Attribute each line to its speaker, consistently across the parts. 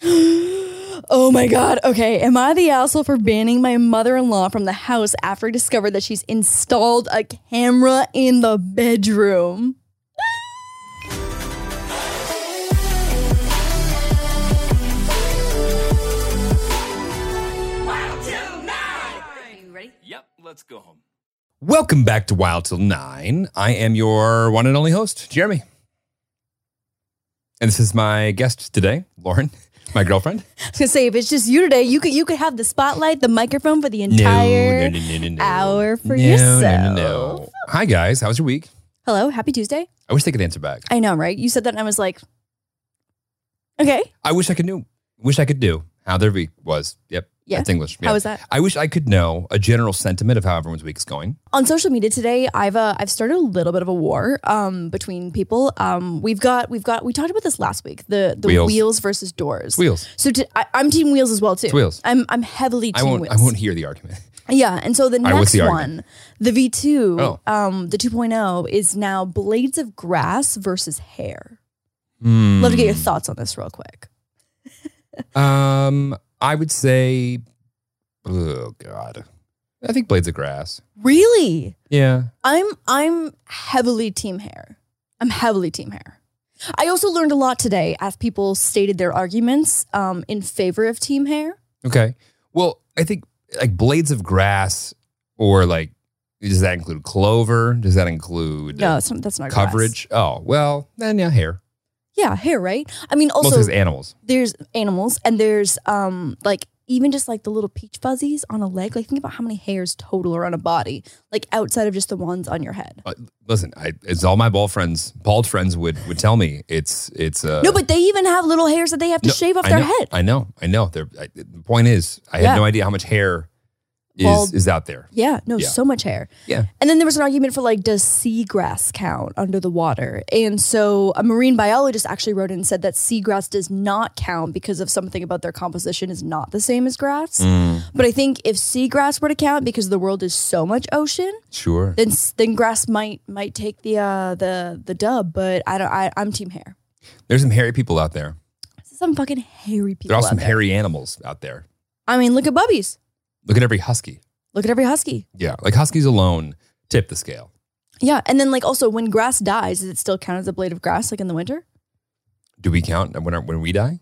Speaker 1: Oh my God. Okay. Am I the asshole for banning my mother in law from the house after I discovered that she's installed a camera in the bedroom?
Speaker 2: Yep, let's go home.
Speaker 3: Welcome back to Wild Till Nine. I am your one and only host, Jeremy. And this is my guest today, Lauren, my girlfriend.
Speaker 1: I was gonna say if it's just you today, you could you could have the spotlight, the microphone for the entire hour for yourself.
Speaker 3: Hi, guys. How was your week?
Speaker 1: Hello, happy Tuesday.
Speaker 3: I wish they could answer back.
Speaker 1: I know, right? You said that and I was like, Okay.
Speaker 3: I wish I could knew. Wish I could do how their week was. Yep.
Speaker 1: Yeah.
Speaker 3: That's English. Yeah.
Speaker 1: How was that?
Speaker 3: I wish I could know a general sentiment of how everyone's week is going.
Speaker 1: On social media today, I've uh, I've started a little bit of a war um, between people. Um, we've got we've got we talked about this last week the the
Speaker 3: Wheels.
Speaker 1: wheels, versus doors.
Speaker 3: Wheels.
Speaker 1: So t- I, I'm team wheels as well too.
Speaker 3: wheels.
Speaker 1: I'm I'm heavily
Speaker 3: I
Speaker 1: team
Speaker 3: won't.
Speaker 1: wheels.
Speaker 3: I won't hear the argument.
Speaker 1: Yeah, and so the
Speaker 3: right,
Speaker 1: next
Speaker 3: what's the argument?
Speaker 1: one, the V2,
Speaker 3: Oh.
Speaker 1: um, the 2.0 is now blades of grass versus hair.
Speaker 3: Hmm.
Speaker 1: Love to get your thoughts on this real quick.
Speaker 3: Um, I would say, oh god, I think Blades of Grass.
Speaker 1: Really?
Speaker 3: Yeah,
Speaker 1: I'm I'm heavily team hair. I'm heavily team hair. I also learned a lot today as people stated their arguments um, in favor of team hair.
Speaker 3: Okay. Well, I think like blades of grass, or like, does that include clover? Does that include
Speaker 1: No,
Speaker 3: uh,
Speaker 1: that's not, that's not grass.
Speaker 3: coverage? Oh, well, then yeah, hair.
Speaker 1: Yeah, hair, right? I mean,
Speaker 3: Mostly
Speaker 1: also
Speaker 3: it's animals.
Speaker 1: there's animals and there's um like even just like the little peach fuzzies on a leg like think about how many hairs total are on a body like outside of just the ones on your head
Speaker 3: Uh, listen, I, it's all my bald friends, bald friends would would tell me it's it's. Uh,
Speaker 1: no but they even have little hairs that they have to
Speaker 3: no,
Speaker 1: shave off
Speaker 3: I
Speaker 1: their
Speaker 3: know,
Speaker 1: head
Speaker 3: I know, I know. They're, I, the point is, I
Speaker 1: Yeah.
Speaker 3: had no idea how much hair is
Speaker 1: Bald-
Speaker 3: is out there.
Speaker 1: yeah no
Speaker 3: Yeah.
Speaker 1: so much hair
Speaker 3: Yeah.
Speaker 1: and then there was an argument for like does seagrass count under the water and so a marine biologist actually wrote in and said that seagrass does not count because of something about their composition is not the same as grass
Speaker 3: Mm.
Speaker 1: but i think if seagrass were to count because the world is so much ocean
Speaker 3: Sure.
Speaker 1: then then grass might might take the uh the the dub, but I don't. I, I'm team hair.
Speaker 3: There's some hairy people out there.
Speaker 1: Some fucking hairy people.
Speaker 3: There are
Speaker 1: out
Speaker 3: some
Speaker 1: there.
Speaker 3: hairy animals out there.
Speaker 1: I mean, look at bubbies.
Speaker 3: Look at every husky.
Speaker 1: Look at every husky.
Speaker 3: Yeah, like huskies alone tip the scale.
Speaker 1: Yeah, and then like also when grass dies, does it still count as a blade of grass like in the winter?
Speaker 3: Do we count when when we die?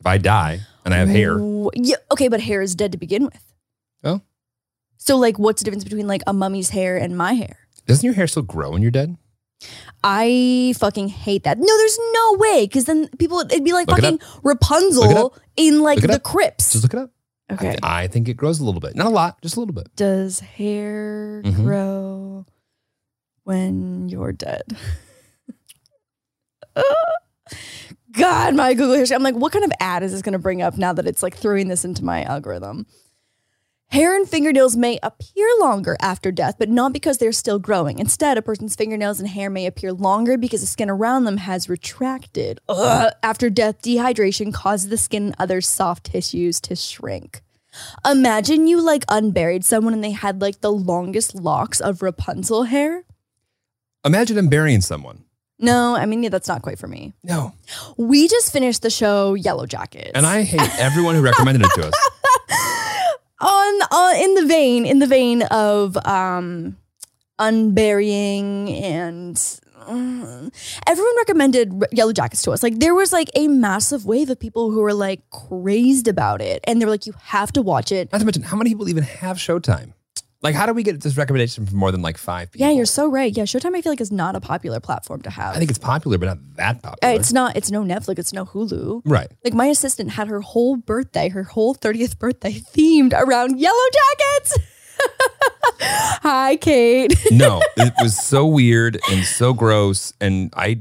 Speaker 3: If I die and I have hair,
Speaker 1: Wh- Yeah. Okay, but hair is dead to begin with.
Speaker 3: Oh.
Speaker 1: So like, what's the difference between like a mummy's hair and my hair?
Speaker 3: doesn't your hair still grow when you're dead?
Speaker 1: I fucking hate that. No, there's no way because then people it'd be like
Speaker 3: Look it
Speaker 1: fucking
Speaker 3: Look it
Speaker 1: Rapunzel in like
Speaker 3: Look it
Speaker 1: the
Speaker 3: up.
Speaker 1: crypts.
Speaker 3: Just look it up. I,
Speaker 1: okay.
Speaker 3: th- I think it grows a little bit, not a lot, just a little bit.
Speaker 1: Does hair
Speaker 3: Mhm.
Speaker 1: grow when you're dead? Ah, God, my Google history. I'm like, what kind of ad is this going to bring up now that it's like throwing this into my algorithm? Hair and fingernails may appear longer after death, but not because they're still growing. Instead, a person's fingernails and hair may appear longer because the skin around them has retracted. Ugh. After death, dehydration causes the skin and other soft tissues to shrink. Imagine you like unburied someone and they had like the longest locks of Rapunzel hair.
Speaker 3: Imagine I'm burying someone.
Speaker 1: No, I mean, yeah, that's not quite for me.
Speaker 3: No,
Speaker 1: We just finished the show Yellow Jackets.
Speaker 3: and I hate everyone who recommended it to us.
Speaker 1: on uh, in the vein in the vein of um unburying and mm, everyone recommended Re- yellow jackets to us like there was like a massive wave of people who were like crazed about it and they were like you have to watch it
Speaker 3: Not to mention, how many people even have Showtime? Like, how do we get this recommendation from more than like five people?
Speaker 1: yeah you're so right yeah showtime i feel like is not a popular platform to have
Speaker 3: I think it's popular, but not that popular.
Speaker 1: Uh, it's not it's no netflix it's no hulu
Speaker 3: right.
Speaker 1: like my assistant had her whole birthday, her whole 30th birthday themed around yellow jackets. Hi, Kate.
Speaker 3: No, it was so weird and so gross, and I,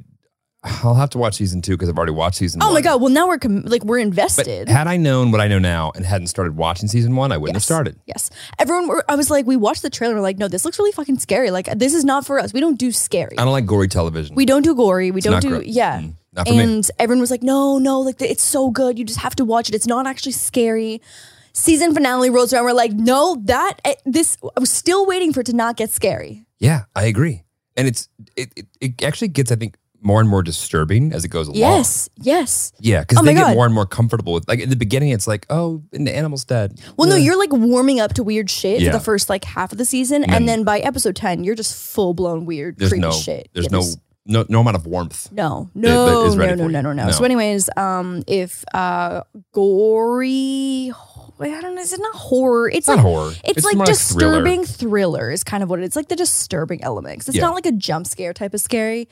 Speaker 3: I'll have to watch season two because I've already watched season.
Speaker 1: Oh my
Speaker 3: one.
Speaker 1: god, well now we're com- like we're
Speaker 3: But
Speaker 1: invested.
Speaker 3: had I known what I know now and hadn't started watching season one, I wouldn't have
Speaker 1: Yes.
Speaker 3: started.
Speaker 1: yes. Everyone were, I was like we watched the trailer we're like no, this looks really fucking scary. Like this is not for us. We don't do scary.
Speaker 3: I don't like gory television.
Speaker 1: we don't do gory. We don't
Speaker 3: not
Speaker 1: do
Speaker 3: gross.
Speaker 1: yeah.
Speaker 3: Mm, not for me.
Speaker 1: and everyone was like no, no, like it's so good. You just have to watch it. It's not actually scary. Season finale rolls around. We're like, no, that eh, this. I was still waiting for it to not get scary.
Speaker 3: Yeah, I agree. And it's it, it, it actually gets I think more and more disturbing as it goes along.
Speaker 1: Yes, yes.
Speaker 3: Yeah, because
Speaker 1: Oh my
Speaker 3: they get
Speaker 1: God.
Speaker 3: more and more comfortable with like in the beginning it's like, oh, and the animal's dead.
Speaker 1: Well, no,
Speaker 3: Yeah.
Speaker 1: you're like warming up to weird shit
Speaker 3: Yeah.
Speaker 1: for the first like half of the season, and,
Speaker 3: And then-
Speaker 1: then by episode ten, you're just full blown weird,
Speaker 3: there's
Speaker 1: creepy
Speaker 3: no
Speaker 1: shit.
Speaker 3: there's
Speaker 1: Yeah,
Speaker 3: no, no no amount of warmth.
Speaker 1: No,
Speaker 3: that
Speaker 1: no,
Speaker 3: is
Speaker 1: no,
Speaker 3: ready
Speaker 1: no,
Speaker 3: for
Speaker 1: no,
Speaker 3: you.
Speaker 1: no, no.
Speaker 3: No.
Speaker 1: So, anyways, um, if uh, gory, wait, I don't know, is it not horror? It's
Speaker 3: It's not
Speaker 1: like
Speaker 3: horror.
Speaker 1: it's,
Speaker 3: more
Speaker 1: like
Speaker 3: thriller.
Speaker 1: disturbing thriller. is kind of what it is. It's like the disturbing element. 'Cause It's
Speaker 3: Yeah.
Speaker 1: not like a jump scare type of scary.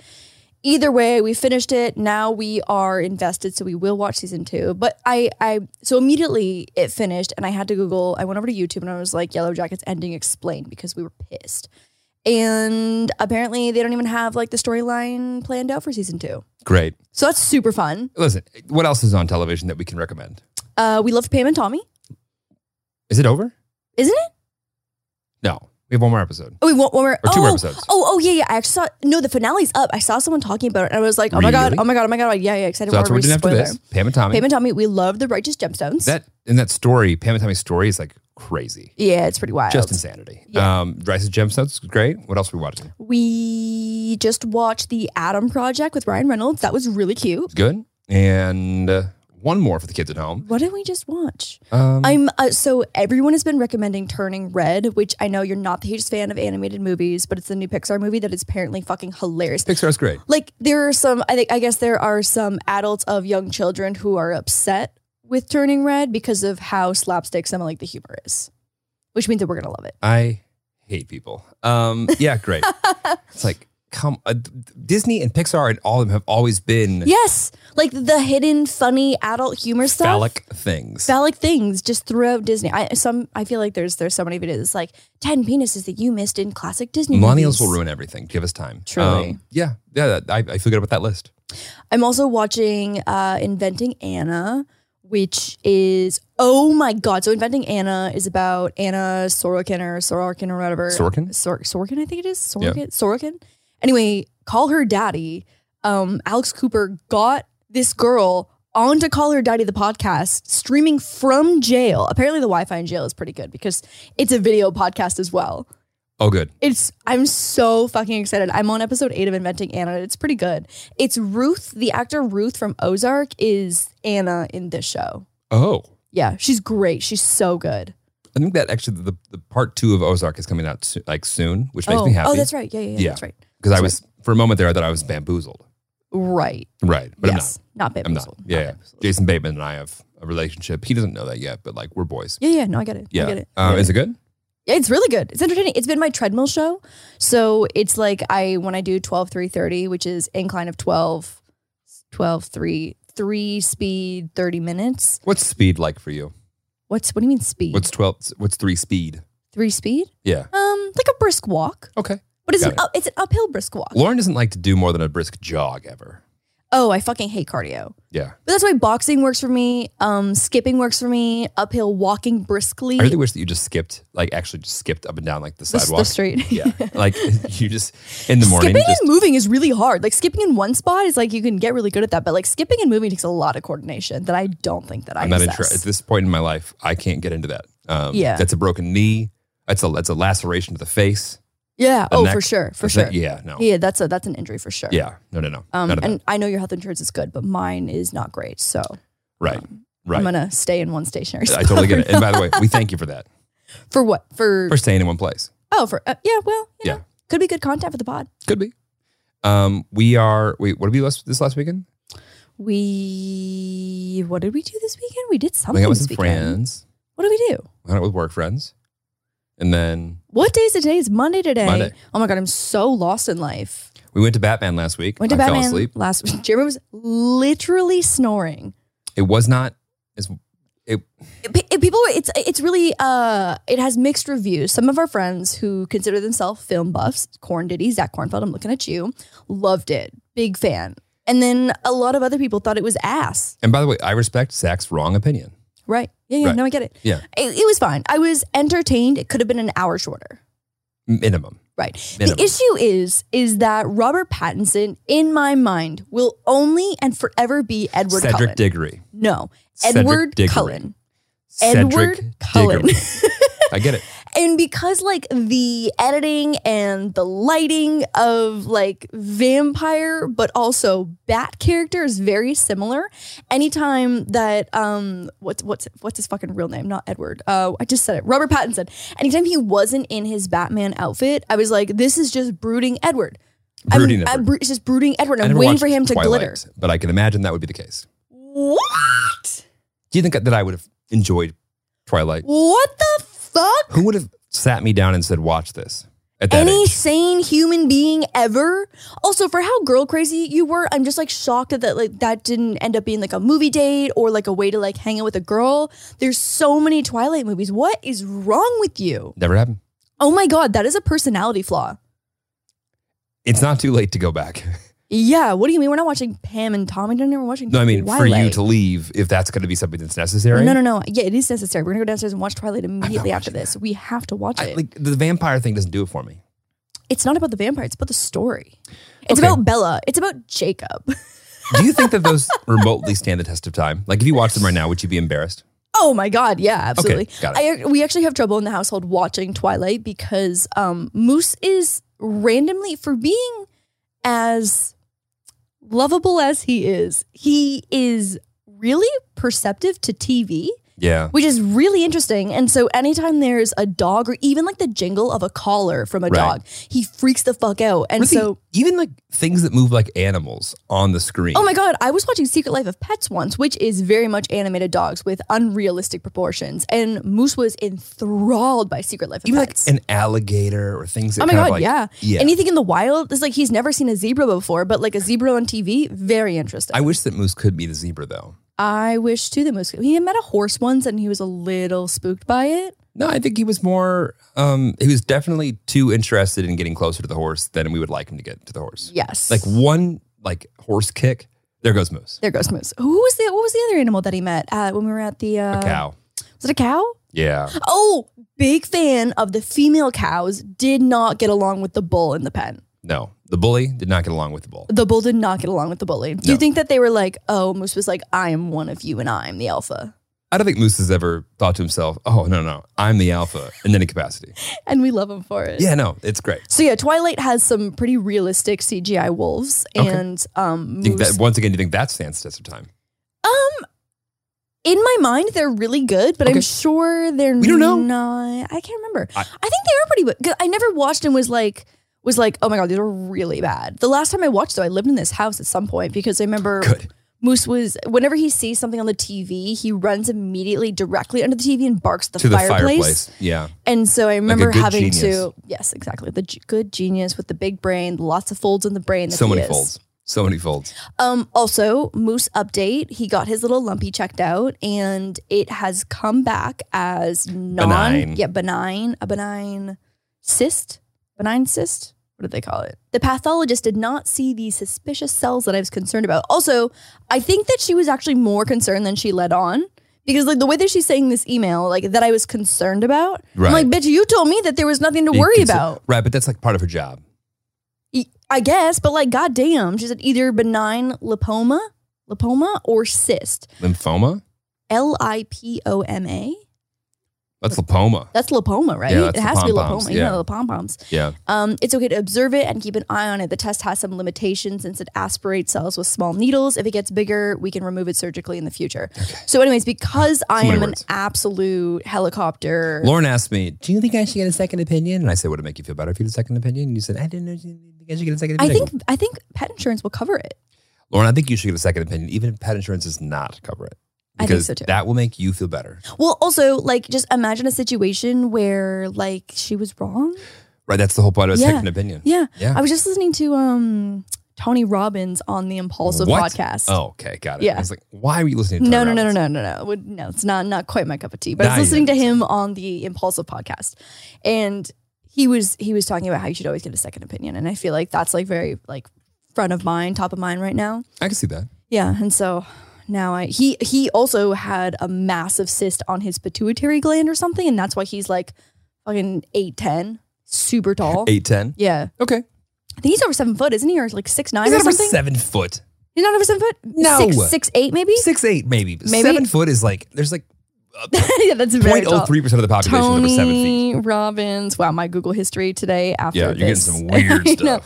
Speaker 1: Either way, we finished it. Now we are invested, so we will watch season two. But I, I so immediately it finished, and I had to Google. I went over to YouTube and I was like, "Yellow Jackets ending explained" because we were pissed. And apparently, they don't even have like the storyline planned out for season two.
Speaker 3: Great.
Speaker 1: So that's super fun.
Speaker 3: Listen, what else is on television that we can recommend?
Speaker 1: Uh, we love Pam and Tommy,
Speaker 3: Is it over?
Speaker 1: isn't it?
Speaker 3: No. We have one more episode.
Speaker 1: Oh, we want one more.
Speaker 3: Or
Speaker 1: oh,
Speaker 3: two more episodes.
Speaker 1: Oh, oh yeah, yeah. I actually saw no, the finale's up. I saw someone talking about it, and I was like, oh my god,
Speaker 3: Really?
Speaker 1: oh my god, oh my god, yeah, yeah. Excited
Speaker 3: so that's what we're doing after this. Pam and Tommy.
Speaker 1: Pam and Tommy, we love the righteous gemstones.
Speaker 3: that and that story, Pam and Tommy's story is like crazy.
Speaker 1: yeah, it's pretty wild.
Speaker 3: Just insanity.
Speaker 1: Yeah.
Speaker 3: Um Rice's Gemstones, great. What else are we watching?
Speaker 1: we just watched the Adam Project with Ryan Reynolds. That was really cute.
Speaker 3: Good. And uh, one more for the kids at home.
Speaker 1: What did we just watch?
Speaker 3: Um,
Speaker 1: I'm uh, so everyone has been recommending Turning Red, which I know you're not the hugest fan of animated movies, but it's the new Pixar movie that is apparently fucking hilarious.
Speaker 3: Pixar's great.
Speaker 1: like there are some i think i guess there are some adults of young children who are upset with turning red because of how slapstick some of like the humor is which means that we're gonna love it
Speaker 3: I hate people. Um, yeah, great. it's like come uh, Disney and Pixar and all of them have always been
Speaker 1: yes like the hidden funny adult humor stuff
Speaker 3: phallic things.
Speaker 1: phallic things just throughout disney i some i feel like there's there's so many videos it's like 10 penises that you missed in classic disney
Speaker 3: Millennials
Speaker 1: movies.
Speaker 3: will ruin everything. Give us time.
Speaker 1: Mm-hmm.
Speaker 3: Um,
Speaker 1: Truly.
Speaker 3: yeah, yeah. I, I feel good about that list.
Speaker 1: i'm also watching uh inventing anna which is oh my god so inventing anna is about anna sorokin or sorokin or whatever
Speaker 3: Sorkin.
Speaker 1: Sor- Sorkin, I think it is
Speaker 3: Yeah.
Speaker 1: Sorkin. Sorkin. Anyway, call her daddy. Um, Alex Cooper got this girl on to call her daddy the podcast streaming from jail. Apparently, the Wi-Fi in jail is pretty good because it's a video podcast as well.
Speaker 3: Oh, good.
Speaker 1: It's I'm so fucking excited. I'm on episode eight of Inventing Anna. It's pretty good. It's Ruth, the actor Ruth from Ozark, is Anna in this show.
Speaker 3: Oh,
Speaker 1: Yeah, she's great. She's so good.
Speaker 3: I think that actually the, the part two of Ozark is coming out so, like soon, which makes
Speaker 1: oh,
Speaker 3: me happy.
Speaker 1: oh, that's right. Yeah, yeah, yeah,
Speaker 3: Yeah.
Speaker 1: that's right.
Speaker 3: Because I
Speaker 1: That's
Speaker 3: was for a moment there, I thought I was bamboozled.
Speaker 1: Right.
Speaker 3: Right, but
Speaker 1: yes. Not,
Speaker 3: I'm not. I'm
Speaker 1: bamboozled.
Speaker 3: not. Yeah, yeah.
Speaker 1: bamboozled.
Speaker 3: Jason Bateman and I have a relationship. He doesn't know that yet, but like we're boys.
Speaker 1: Yeah, yeah, no, I get it.
Speaker 3: Yeah.
Speaker 1: I get it. I
Speaker 3: Uh,
Speaker 1: get
Speaker 3: is it good?
Speaker 1: Yeah, It's really good. It's entertaining. It's been my treadmill show. So it's like I when I do 12 3 30, which is incline of 12 12 3 3 speed 30 minutes.
Speaker 3: What's speed like for you?
Speaker 1: What's what do you mean speed?
Speaker 3: What's twelve? What's three speed?
Speaker 1: 3 speed?
Speaker 3: Yeah.
Speaker 1: Um like a brisk walk.
Speaker 3: Okay.
Speaker 1: But it's
Speaker 3: Got
Speaker 1: an
Speaker 3: it.
Speaker 1: up, it's an uphill brisk walk.
Speaker 3: Lauren doesn't like to do more than a brisk jog ever.
Speaker 1: Oh, I fucking hate cardio.
Speaker 3: Yeah.
Speaker 1: But that's why boxing works for me. Um skipping works for me. Uphill walking briskly.
Speaker 3: I really wish that you just skipped, like actually just skipped up and down like the
Speaker 1: the,
Speaker 3: sidewalk.
Speaker 1: the street.
Speaker 3: yeah. Like you just in the morning.
Speaker 1: skipping
Speaker 3: Just,
Speaker 1: and moving is really hard. Like skipping in one spot is like you can get really good at that, but like skipping and moving takes a lot of coordination that I don't think that I
Speaker 3: I'm not
Speaker 1: possess.
Speaker 3: interested. At this point in my life, I can't get into that. Um,
Speaker 1: Yeah.
Speaker 3: That's a broken knee. That's a that's a laceration to the face.
Speaker 1: Yeah.
Speaker 3: The
Speaker 1: oh,
Speaker 3: neck-
Speaker 1: for sure. For
Speaker 3: That's
Speaker 1: sure.
Speaker 3: not-
Speaker 1: yeah.
Speaker 3: yeah. No.
Speaker 1: That's a that's an injury for sure.
Speaker 3: Yeah. No. No. No.
Speaker 1: Um,
Speaker 3: None of that.
Speaker 1: and I know your health insurance is good, but mine is not great. So um,
Speaker 3: Right.
Speaker 1: I'm
Speaker 3: Right.
Speaker 1: gonna stay in one stationary.
Speaker 3: I
Speaker 1: spot
Speaker 3: totally get
Speaker 1: for
Speaker 3: it. And by the way, we thank you for that
Speaker 1: now. For what? For,
Speaker 3: for staying in one place.
Speaker 1: oh, for uh, yeah. Well, you
Speaker 3: Yeah.
Speaker 1: know, could be good content for the pod.
Speaker 3: Could be. Um, we are. Wait, what did we last this last weekend?
Speaker 1: We what did we do this weekend? We did
Speaker 3: I
Speaker 1: something
Speaker 3: think I was
Speaker 1: this
Speaker 3: with
Speaker 1: weekend.
Speaker 3: friends.
Speaker 1: What did we do?
Speaker 3: I went out with work friends, and then
Speaker 1: What day is it today? It's Monday today.
Speaker 3: Monday.
Speaker 1: Oh my god, I'm so lost in life.
Speaker 3: we went to Batman last week.
Speaker 1: Went to
Speaker 3: I
Speaker 1: Batman
Speaker 3: fell asleep.
Speaker 1: last week. Jeremy was literally snoring.
Speaker 3: It was not.
Speaker 1: P- eh, people, were- it's it's really uh, it has mixed reviews. Some of our friends who consider themselves film buffs, Corn Diddy, Zach Cornfeld, I'm looking at you, loved it, big fan. And then a lot of other people thought it was ass.
Speaker 3: And by the way, I respect Zach's wrong opinion.
Speaker 1: Right? Yeah, yeah.
Speaker 3: Right.
Speaker 1: No, I get it.
Speaker 3: Yeah.
Speaker 1: it, it was fine. I was entertained. It could have been an hour shorter.
Speaker 3: Minimum.
Speaker 1: Right.
Speaker 3: Minimum.
Speaker 1: The issue is, is that Robert Pattinson, in my mind, will only and forever be Edward
Speaker 3: Cedric
Speaker 1: Cullen.
Speaker 3: Diggory.
Speaker 1: no,
Speaker 3: Cedric
Speaker 1: Edward
Speaker 3: Diggory.
Speaker 1: Cullen.
Speaker 3: Cedric
Speaker 1: Edward Cullen.
Speaker 3: Diggory. I get it.
Speaker 1: and because like the editing and the lighting of like vampire but also bat character is very similar anytime that um what's what's what's his fucking real name not edward uh i just said it robert pattinson anytime he wasn't in his batman outfit i was like this is just brooding edward I'm-
Speaker 3: Brooding
Speaker 1: I'm,
Speaker 3: Edward.
Speaker 1: br- it's just brooding edward
Speaker 3: I
Speaker 1: i'm
Speaker 3: never
Speaker 1: waiting
Speaker 3: watched
Speaker 1: for him to
Speaker 3: Twilight,
Speaker 1: glitter
Speaker 3: But I can imagine that would be the case.
Speaker 1: what
Speaker 3: Do you think that I would have enjoyed Twilight?
Speaker 1: what the fuck
Speaker 3: Who would have sat me down and said, watch this at that
Speaker 1: any
Speaker 3: age?
Speaker 1: sane human being ever. Also, for how girl crazy you were, I'm just like shocked that, that like that didn't end up being like a movie date or like a way to like hang out with a girl. There's so many Twilight movies. What is wrong with you?
Speaker 3: Never happened.
Speaker 1: Oh my god, that is a personality flaw.
Speaker 3: It's not too late to go back.
Speaker 1: Yeah, what do you mean we're not watching Pam and Tom? I don't know we're watching.
Speaker 3: No, I mean, for you
Speaker 1: Twilight.
Speaker 3: to leave if that's going to be something that's necessary.
Speaker 1: No, no, no. Yeah, it is necessary. We're gonna go downstairs and watch Twilight immediately after
Speaker 3: watching
Speaker 1: this. We have to watch
Speaker 3: I,
Speaker 1: it.
Speaker 3: like the vampire thing doesn't do it for me.
Speaker 1: it's not about the vampire. It's about the story. It's
Speaker 3: Okay.
Speaker 1: about Bella. It's about Jacob.
Speaker 3: Do you think that those remotely stand the test of time? Like if you watch them right now, would you be embarrassed?
Speaker 1: Oh my God. Yeah, absolutely.
Speaker 3: got
Speaker 1: I, we actually have trouble in the household watching Twilight because um, Moose is randomly, for being as lovable as he is, he is really perceptive to TV,
Speaker 3: Yeah.
Speaker 1: which is really interesting. And so anytime there's a dog or even like the jingle of a collar from a
Speaker 3: Right.
Speaker 1: dog, he freaks the fuck out. And
Speaker 3: Really,
Speaker 1: so.
Speaker 3: even like things that move like animals on the screen.
Speaker 1: Oh my god, I was watching Secret Life of Pets once, which is very much animated dogs with unrealistic proportions. And Moose was enthralled by Secret Life of
Speaker 3: Even like
Speaker 1: Pets.
Speaker 3: an alligator or things that
Speaker 1: oh my
Speaker 3: kind
Speaker 1: god,
Speaker 3: of like
Speaker 1: yeah.
Speaker 3: yeah.
Speaker 1: Anything in the wild is like he's never seen a zebra before, but like a zebra on TV, very interesting.
Speaker 3: I
Speaker 1: I,
Speaker 3: wish that moose could be the zebra though.
Speaker 1: wish too that Moose he had met a horse once and he was a little spooked by it.
Speaker 3: No, I think he was more um he was definitely too interested in getting closer to the horse than we would like him to get to the horse.
Speaker 1: Yes.
Speaker 3: Like one like horse kick, there goes moose.
Speaker 1: there goes Moose. Who was the what was the other animal that he met uh, when we were at the uh,
Speaker 3: A cow.
Speaker 1: Was it a cow?
Speaker 3: Yeah.
Speaker 1: Oh, big fan of the female cows. Did not get along with the bull in the pen.
Speaker 3: No. The bully did not get along with the bull.
Speaker 1: the bull did not get along with the bully. Do you
Speaker 3: No.
Speaker 1: think that they were like, oh, Moose was like, I am one of you and I'm the alpha?
Speaker 3: I don't think Moose has ever thought to himself, oh, no, no, I'm the alpha in any capacity.
Speaker 1: And we love him for it.
Speaker 3: Yeah, no, it's great.
Speaker 1: So yeah, Twilight has some pretty realistic CGI wolves
Speaker 3: Okay.
Speaker 1: and um
Speaker 3: Do you think
Speaker 1: Moose.
Speaker 3: that, once again, do you think that stands the test of time?
Speaker 1: um in my mind they're really good, but I'm
Speaker 3: Okay.
Speaker 1: sure they're
Speaker 3: We don't know.
Speaker 1: not I can't remember. I,
Speaker 3: I-
Speaker 1: think they were pretty good. 'cause I never watched and was like was like, oh my god, these are really bad. The last time I watched though, I lived in this house at some point because I remember
Speaker 3: Good.
Speaker 1: Moose was whenever he sees something on the TV, he runs immediately directly under the TV and barks at the,
Speaker 3: to the
Speaker 1: fireplace.
Speaker 3: fireplace. Yeah.
Speaker 1: And so I remember
Speaker 3: good
Speaker 1: having
Speaker 3: genius.
Speaker 1: to yes, exactly the g- good genius with the big brain, lots of folds in the brain. That
Speaker 3: So
Speaker 1: he
Speaker 3: many
Speaker 1: is.
Speaker 3: folds. So many folds.
Speaker 1: Um, also, Moose update: he got his little lumpy checked out, and it has come back as non
Speaker 3: Benign.
Speaker 1: yeah benign a benign cyst benign cyst. What did they call it? The pathologist did not see the suspicious cells that I was concerned about. Also, I think that she was actually more concerned than she let on because like the way that she's saying this email, like that I was concerned about.
Speaker 3: Right.
Speaker 1: I'm like, bitch, you told me that there was nothing to worry
Speaker 3: You can say-
Speaker 1: about.
Speaker 3: Right, but that's like part of her job.
Speaker 1: E- I guess, but like, goddamn, she said either benign lipoma, lipoma, or cyst.
Speaker 3: Lymphoma?
Speaker 1: L I P O M A.
Speaker 3: That's lipoma.
Speaker 1: That's lipoma, right?
Speaker 3: Yeah, that's
Speaker 1: it has to be
Speaker 3: the
Speaker 1: lipoma.
Speaker 3: pom-poms,
Speaker 1: You
Speaker 3: yeah.
Speaker 1: know, the pom poms.
Speaker 3: Yeah.
Speaker 1: Um, it's okay to observe it and keep an eye on it. The test has some limitations since it aspirates cells with small needles. If it gets bigger, we can remove it surgically in the future. So, anyways, because I
Speaker 3: many
Speaker 1: am
Speaker 3: words.
Speaker 1: an absolute helicopter.
Speaker 3: Lauren asked me, Do you think I should get a second opinion? And I said, Would it make you feel better if you had a second opinion? And you said, I didn't know you think I should get a second
Speaker 1: I
Speaker 3: opinion.
Speaker 1: think I think pet insurance will cover it.
Speaker 3: Lauren, I think you should get a second opinion, even if pet insurance does not cover it.
Speaker 1: I think
Speaker 3: Because
Speaker 1: so too.
Speaker 3: that will make you feel better.
Speaker 1: Well, also, like, just imagine a situation where like she was wrong.
Speaker 3: Right. That's the whole point of a
Speaker 1: Yeah.
Speaker 3: second opinion.
Speaker 1: Yeah.
Speaker 3: Yeah.
Speaker 1: I was just listening to um Tony Robbins on the Impulsive
Speaker 3: What?
Speaker 1: podcast.
Speaker 3: Oh, okay, got it.
Speaker 1: Yeah.
Speaker 3: I was like, why were you listening to
Speaker 1: No,
Speaker 3: Tony
Speaker 1: no, no, no,
Speaker 3: Robbins?
Speaker 1: no, no, no. Would- No, it's not not quite my cup of tea. But I
Speaker 3: Not
Speaker 1: was listening to
Speaker 3: yet.
Speaker 1: him on the Impulsive podcast, and he was he was talking about how you should always get a second opinion, and I feel like that's like very like front of mind, top of mind right now.
Speaker 3: I can see that.
Speaker 1: Yeah, and so now I he he also had a massive cyst on his pituitary gland or something, and that's why he's like fucking eight ten, super tall.
Speaker 3: 8'10.
Speaker 1: Yeah,
Speaker 3: Okay.
Speaker 1: I think he's over seven foot, isn't he, or like six nine
Speaker 3: He's
Speaker 1: or
Speaker 3: not over
Speaker 1: something?
Speaker 3: seven foot.
Speaker 1: He's not over seven foot.
Speaker 3: No.
Speaker 1: six, six eight maybe.
Speaker 3: Six, eight, maybe. But
Speaker 1: Maybe.
Speaker 3: Seven foot is like, there's like
Speaker 1: yeah, that's very tall.
Speaker 3: 0.03 percent of the population is over seven feet.
Speaker 1: Tony Robbins. Wow, my Google history today after
Speaker 3: Yeah, you're getting
Speaker 1: this.
Speaker 3: some weird
Speaker 1: I
Speaker 3: stuff,
Speaker 1: know.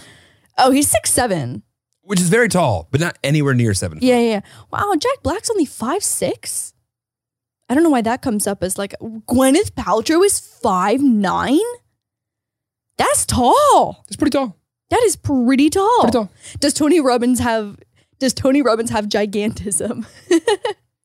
Speaker 1: Oh, he's six seven.
Speaker 3: which is very tall, but not anywhere near seven.
Speaker 1: Yeah, yeah. yeah. Wow, Jack Black's only five six. I don't know why that comes up as like Gwyneth Paltrow is five nine. That's tall.
Speaker 3: It's pretty tall.
Speaker 1: That is pretty tall.
Speaker 3: Pretty tall.
Speaker 1: Does Tony Robbins have? Does Tony Robbins have gigantism?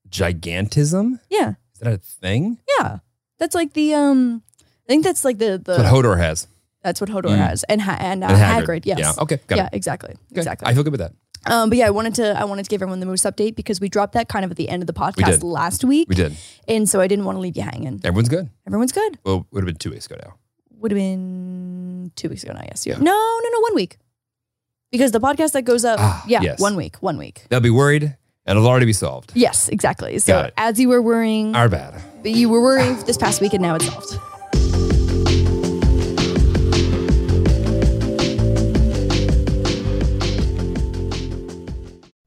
Speaker 3: Gigantism?
Speaker 1: yeah,
Speaker 3: Is that a thing?
Speaker 1: yeah. That's like the um. I think that's like the the.
Speaker 3: That's what Hodor has.
Speaker 1: that's what Hodor
Speaker 3: Mm.
Speaker 1: has and ha- and, uh,
Speaker 3: And
Speaker 1: Hagrid. Yes.
Speaker 3: Yeah. Okay. Got
Speaker 1: yeah,
Speaker 3: it.
Speaker 1: exactly.
Speaker 3: Okay.
Speaker 1: Exactly.
Speaker 3: I feel good with that.
Speaker 1: um, but yeah, I wanted to I wanted to give everyone the moose update because we dropped that kind of at the end of the podcast
Speaker 3: did.
Speaker 1: last week,
Speaker 3: We did.
Speaker 1: and so I didn't want to leave you hanging.
Speaker 3: Everyone's good.
Speaker 1: Everyone's good.
Speaker 3: Well, it would have been two weeks ago now.
Speaker 1: Would have been two weeks ago now. Yes. Yeah. No, no, no. One week because the podcast that goes up.
Speaker 3: Ah,
Speaker 1: yeah.
Speaker 3: yes.
Speaker 1: One week. One week.
Speaker 3: They'll be worried, and it'll already be solved.
Speaker 1: Yes, exactly. So
Speaker 3: Got it.
Speaker 1: as you were worrying,
Speaker 3: Our bad.
Speaker 1: but you were worried this past week, and now it's solved.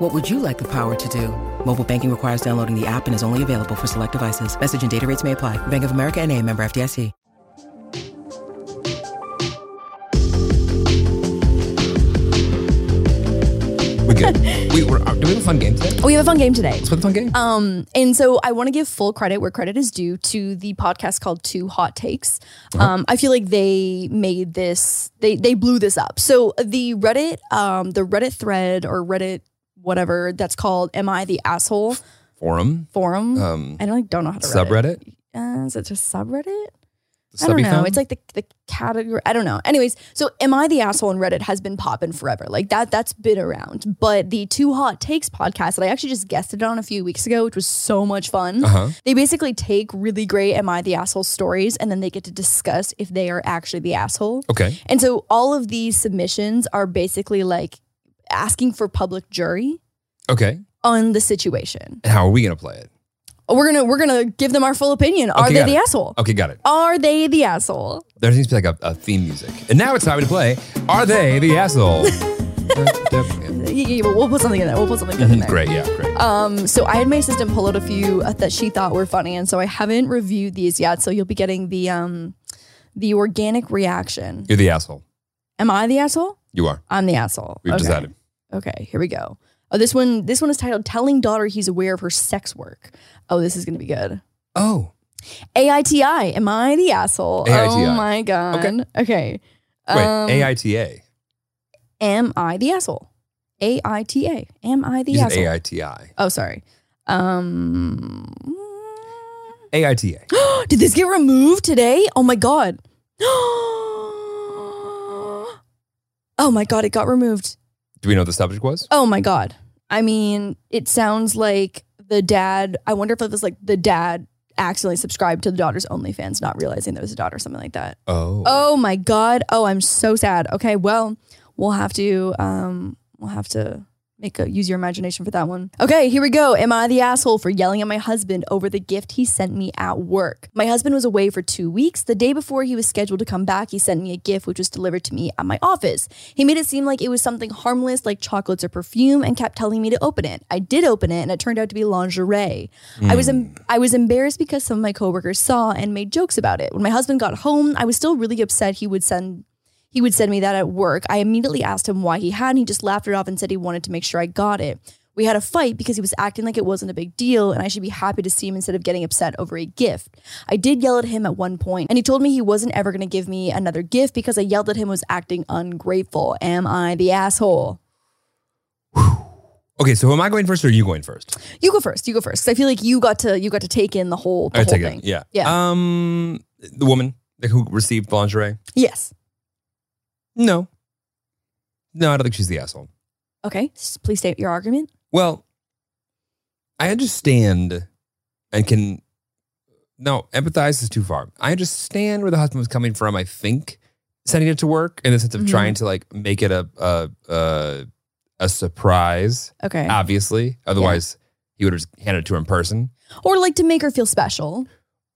Speaker 4: What would you like the power to do? Mobile banking requires downloading the app and is only available for select devices. Message and data rates may apply. Bank of America and a member FDIC.
Speaker 3: We good. we were. uh, Do we have a fun game today? Let's
Speaker 1: Oh, We have a fun game today.
Speaker 3: play the fun game.
Speaker 1: Um, and so I want to give full credit where credit is due to the podcast called Two Hot Takes.
Speaker 3: Uh-huh.
Speaker 1: Um, I feel like they made this, they they blew this up. So the Reddit, um, the Reddit thread or Reddit whatever that's called "Am I the Asshole"
Speaker 3: Forum.
Speaker 1: forum.
Speaker 3: Um.
Speaker 1: I don't like, don't know how to Reddit.
Speaker 3: Subreddit.
Speaker 1: Uh, is it just subreddit?
Speaker 3: The
Speaker 1: I don't
Speaker 3: subby
Speaker 1: know.
Speaker 3: thumb?
Speaker 1: It's like the, the category. I don't know. Anyways, so am I the asshole on Reddit has been popping forever. Like that, that's been around. But the Two Hot Takes podcast that I actually just guested on a few weeks ago, which was so much fun.
Speaker 3: Uh-huh.
Speaker 1: They basically take really great am I the asshole stories and then they get to discuss if they are actually the asshole.
Speaker 3: Okay.
Speaker 1: And so all of these submissions are basically like asking for public jury
Speaker 3: Okay.
Speaker 1: on the situation.
Speaker 3: And how are we gonna play it?
Speaker 1: We're gonna we're gonna give them our full opinion. Are
Speaker 3: Okay,
Speaker 1: they
Speaker 3: got
Speaker 1: the
Speaker 3: it.
Speaker 1: asshole?
Speaker 3: Okay, got it.
Speaker 1: Are they the asshole?
Speaker 3: There seems to be like a, a theme music, and now it's time to play. Are they the asshole?
Speaker 1: Yeah, yeah, yeah, we'll put something in there. We'll put something in there.
Speaker 3: Mm-hmm, great. Yeah. Great.
Speaker 1: Um, so I had my assistant pull out a few uh, that she thought were funny, and so I haven't reviewed these yet. So you'll be getting the um, the organic reaction.
Speaker 3: You're the asshole.
Speaker 1: Am I the asshole?
Speaker 3: You are.
Speaker 1: I'm the asshole.
Speaker 3: We've
Speaker 1: okay.
Speaker 3: decided.
Speaker 1: Okay, here we go. Oh, this one. This one is titled "Telling Daughter He's Aware of Her Sex Work." Oh, this is gonna be good.
Speaker 3: Oh.
Speaker 1: AITI. Am I the asshole? Oh
Speaker 3: AITI.
Speaker 1: my god.
Speaker 3: Okay.
Speaker 1: Okay.
Speaker 3: Wait.
Speaker 1: Um,
Speaker 3: AITA.
Speaker 1: Am I the asshole? AITA. Am I the
Speaker 3: You said
Speaker 1: asshole?
Speaker 3: AITI.
Speaker 1: Oh, sorry. Um,
Speaker 3: AITA.
Speaker 1: did this get removed today? Oh my god. Oh my God, it got removed.
Speaker 3: Do we know what the subject was?
Speaker 1: Oh my God. I mean, it sounds like the dad. I wonder if it was like the dad accidentally subscribed to the daughter's OnlyFans, not realizing there was a daughter, something like that.
Speaker 3: Oh.
Speaker 1: Oh my god. Oh, I'm so sad. Okay, well, we'll have to um we'll have to make a use your imagination for that one. Okay, here we go. Am I the asshole for yelling at my husband over the gift he sent me at work? My husband was away for 2 weeks. The day before he was scheduled to come back, he sent me a gift which was delivered to me at my office. He made it seem like it was something harmless like chocolates or perfume and kept telling me to open it. I did open it and it turned out to be lingerie. I was em- I was embarrassed because some of my coworkers saw and made jokes about it. When my husband got home, I was still really upset he would send he would send me that at work. I immediately asked him why he had and he just laughed it off and said he wanted to make sure I got it. We had a fight because he was acting like it wasn't a big deal and I should be happy to see him instead of getting upset over a gift. I did yell at him at one point and he told me he wasn't ever going to give me another gift because I yelled at him was acting ungrateful. Am I the asshole?
Speaker 3: Okay, so am I going first or are you going first?
Speaker 1: You go first. You go first. 'Cause I feel like you got to you got to take in the whole the
Speaker 3: I
Speaker 1: whole
Speaker 3: take
Speaker 1: thing.
Speaker 3: it. Yeah.
Speaker 1: Yeah.
Speaker 3: Um, the woman who received the lingerie.
Speaker 1: Yes.
Speaker 3: No. No, I don't think she's the asshole.
Speaker 1: Okay, s- please state your argument.
Speaker 3: Well, I understand and can no empathize is too far. I understand where the husband was coming from. I think sending it to work in the sense of
Speaker 1: Mhm.
Speaker 3: trying to like make it a a a, a surprise.
Speaker 1: Okay.
Speaker 3: Obviously, otherwise he would have just handed it to her in person,
Speaker 1: or like to make her feel special.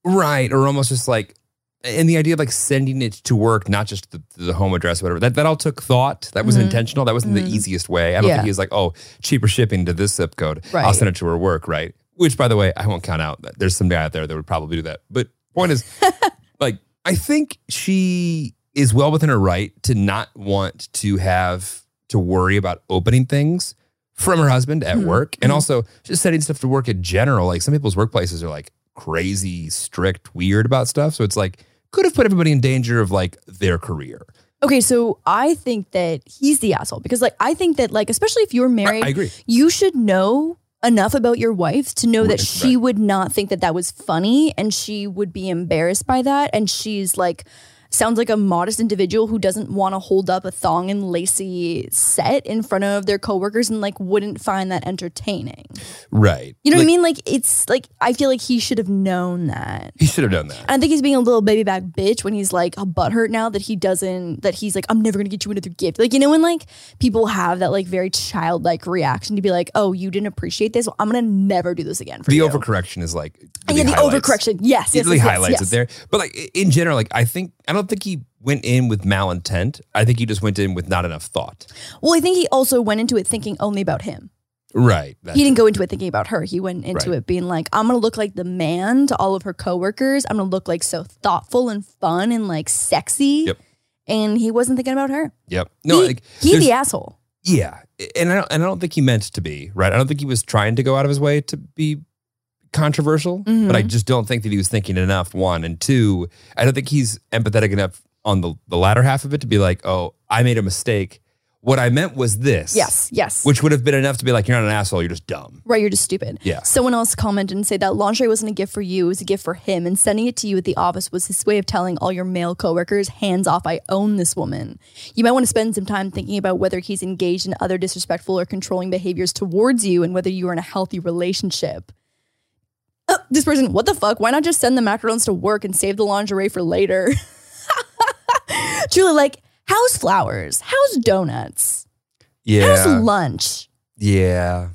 Speaker 3: right? Or almost just like. And the idea of like sending it to work, not just the, the home address, or whatever, that, that all took thought. That was
Speaker 1: Mhm.
Speaker 3: intentional. That wasn't
Speaker 1: Mhm.
Speaker 3: the easiest way. I don't
Speaker 1: Yeah.
Speaker 3: think he was like, oh, cheaper shipping to this zip code. I'll send it to her work, right? Which, by the way, I won't count out. There's some guy out there that would probably do that. But point is, like, I think she is well within her right to not want to have to worry about opening things from her husband at
Speaker 1: Mhm.
Speaker 3: work, and
Speaker 1: Mhm.
Speaker 3: also just sending stuff to work in general. Like some people's workplaces are like crazy, strict, weird about stuff. So it's like could have put everybody in danger of like their career.
Speaker 1: Okay, so I think that he's the asshole because like I think that like especially if you're married,
Speaker 3: I agree.
Speaker 1: you should know enough about your wife to know that
Speaker 3: Right,
Speaker 1: she
Speaker 3: right.
Speaker 1: would not think that that was funny and she would be embarrassed by that and she's like sounds like a modest individual who doesn't want to hold up a thong and lacy set in front of their coworkers and like wouldn't find that entertaining.
Speaker 3: Right.
Speaker 1: You know what I
Speaker 3: Like,
Speaker 1: mean? Like it's like I feel like he should have known that.
Speaker 3: He should have done that.
Speaker 1: And I think he's being a little baby back bitch when he's like a butthurt now that he doesn't that he's like I'm never gonna get you another gift. Like you know when like people have that like very childlike reaction to be like oh you didn't appreciate this well, I'm gonna never do this again for
Speaker 3: the
Speaker 1: you.
Speaker 3: overcorrection is like
Speaker 1: And
Speaker 3: really
Speaker 1: yeah, the
Speaker 3: highlights-
Speaker 1: overcorrection. Yes, yes,
Speaker 3: it really
Speaker 1: yes, yes,
Speaker 3: highlights
Speaker 1: yes.
Speaker 3: it there. But like i- in general, like I think I don't think he went in with malintent. I think he just went in with not enough thought.
Speaker 1: Well, I think he also went into it thinking only about him.
Speaker 3: Right. That's
Speaker 1: he didn't go into it thinking about her. He went into
Speaker 3: Right.
Speaker 1: it being like, I'm gonna look like the man to all of her coworkers. I'm gonna look like so thoughtful and fun and like sexy.
Speaker 3: Yep.
Speaker 1: And he wasn't thinking about her.
Speaker 3: Yep. No.
Speaker 1: he,
Speaker 3: like
Speaker 1: he
Speaker 3: there's-
Speaker 1: the asshole.
Speaker 3: yeah. And I don't, and I don't think he meant to be right. I don't think he was trying to go out of his way to be controversial. But I
Speaker 1: Mhm.
Speaker 3: just don't think that he was thinking enough. One and two. I don't think he's empathetic enough on the the latter half of it to be like, oh, I made a mistake. What I meant was this.
Speaker 1: Yes, yes.
Speaker 3: Which would have been enough to be like, you're not an asshole. You're just dumb.
Speaker 1: Right, you're just stupid.
Speaker 3: Yeah.
Speaker 1: Someone else commented and said that lingerie wasn't a gift for you, it was a gift for him. And sending it to you at the office was his way of telling all your male coworkers, hands off, I own this woman. You might want to spend some time thinking about whether he's engaged in other disrespectful or controlling behaviors towards you and whether you are in a healthy relationship. Uh, this person, what the fuck? Why not just send the macarons to work and save the lingerie for later? Truly, like, how's flowers? How's donuts? How's lunch?
Speaker 3: Yeah.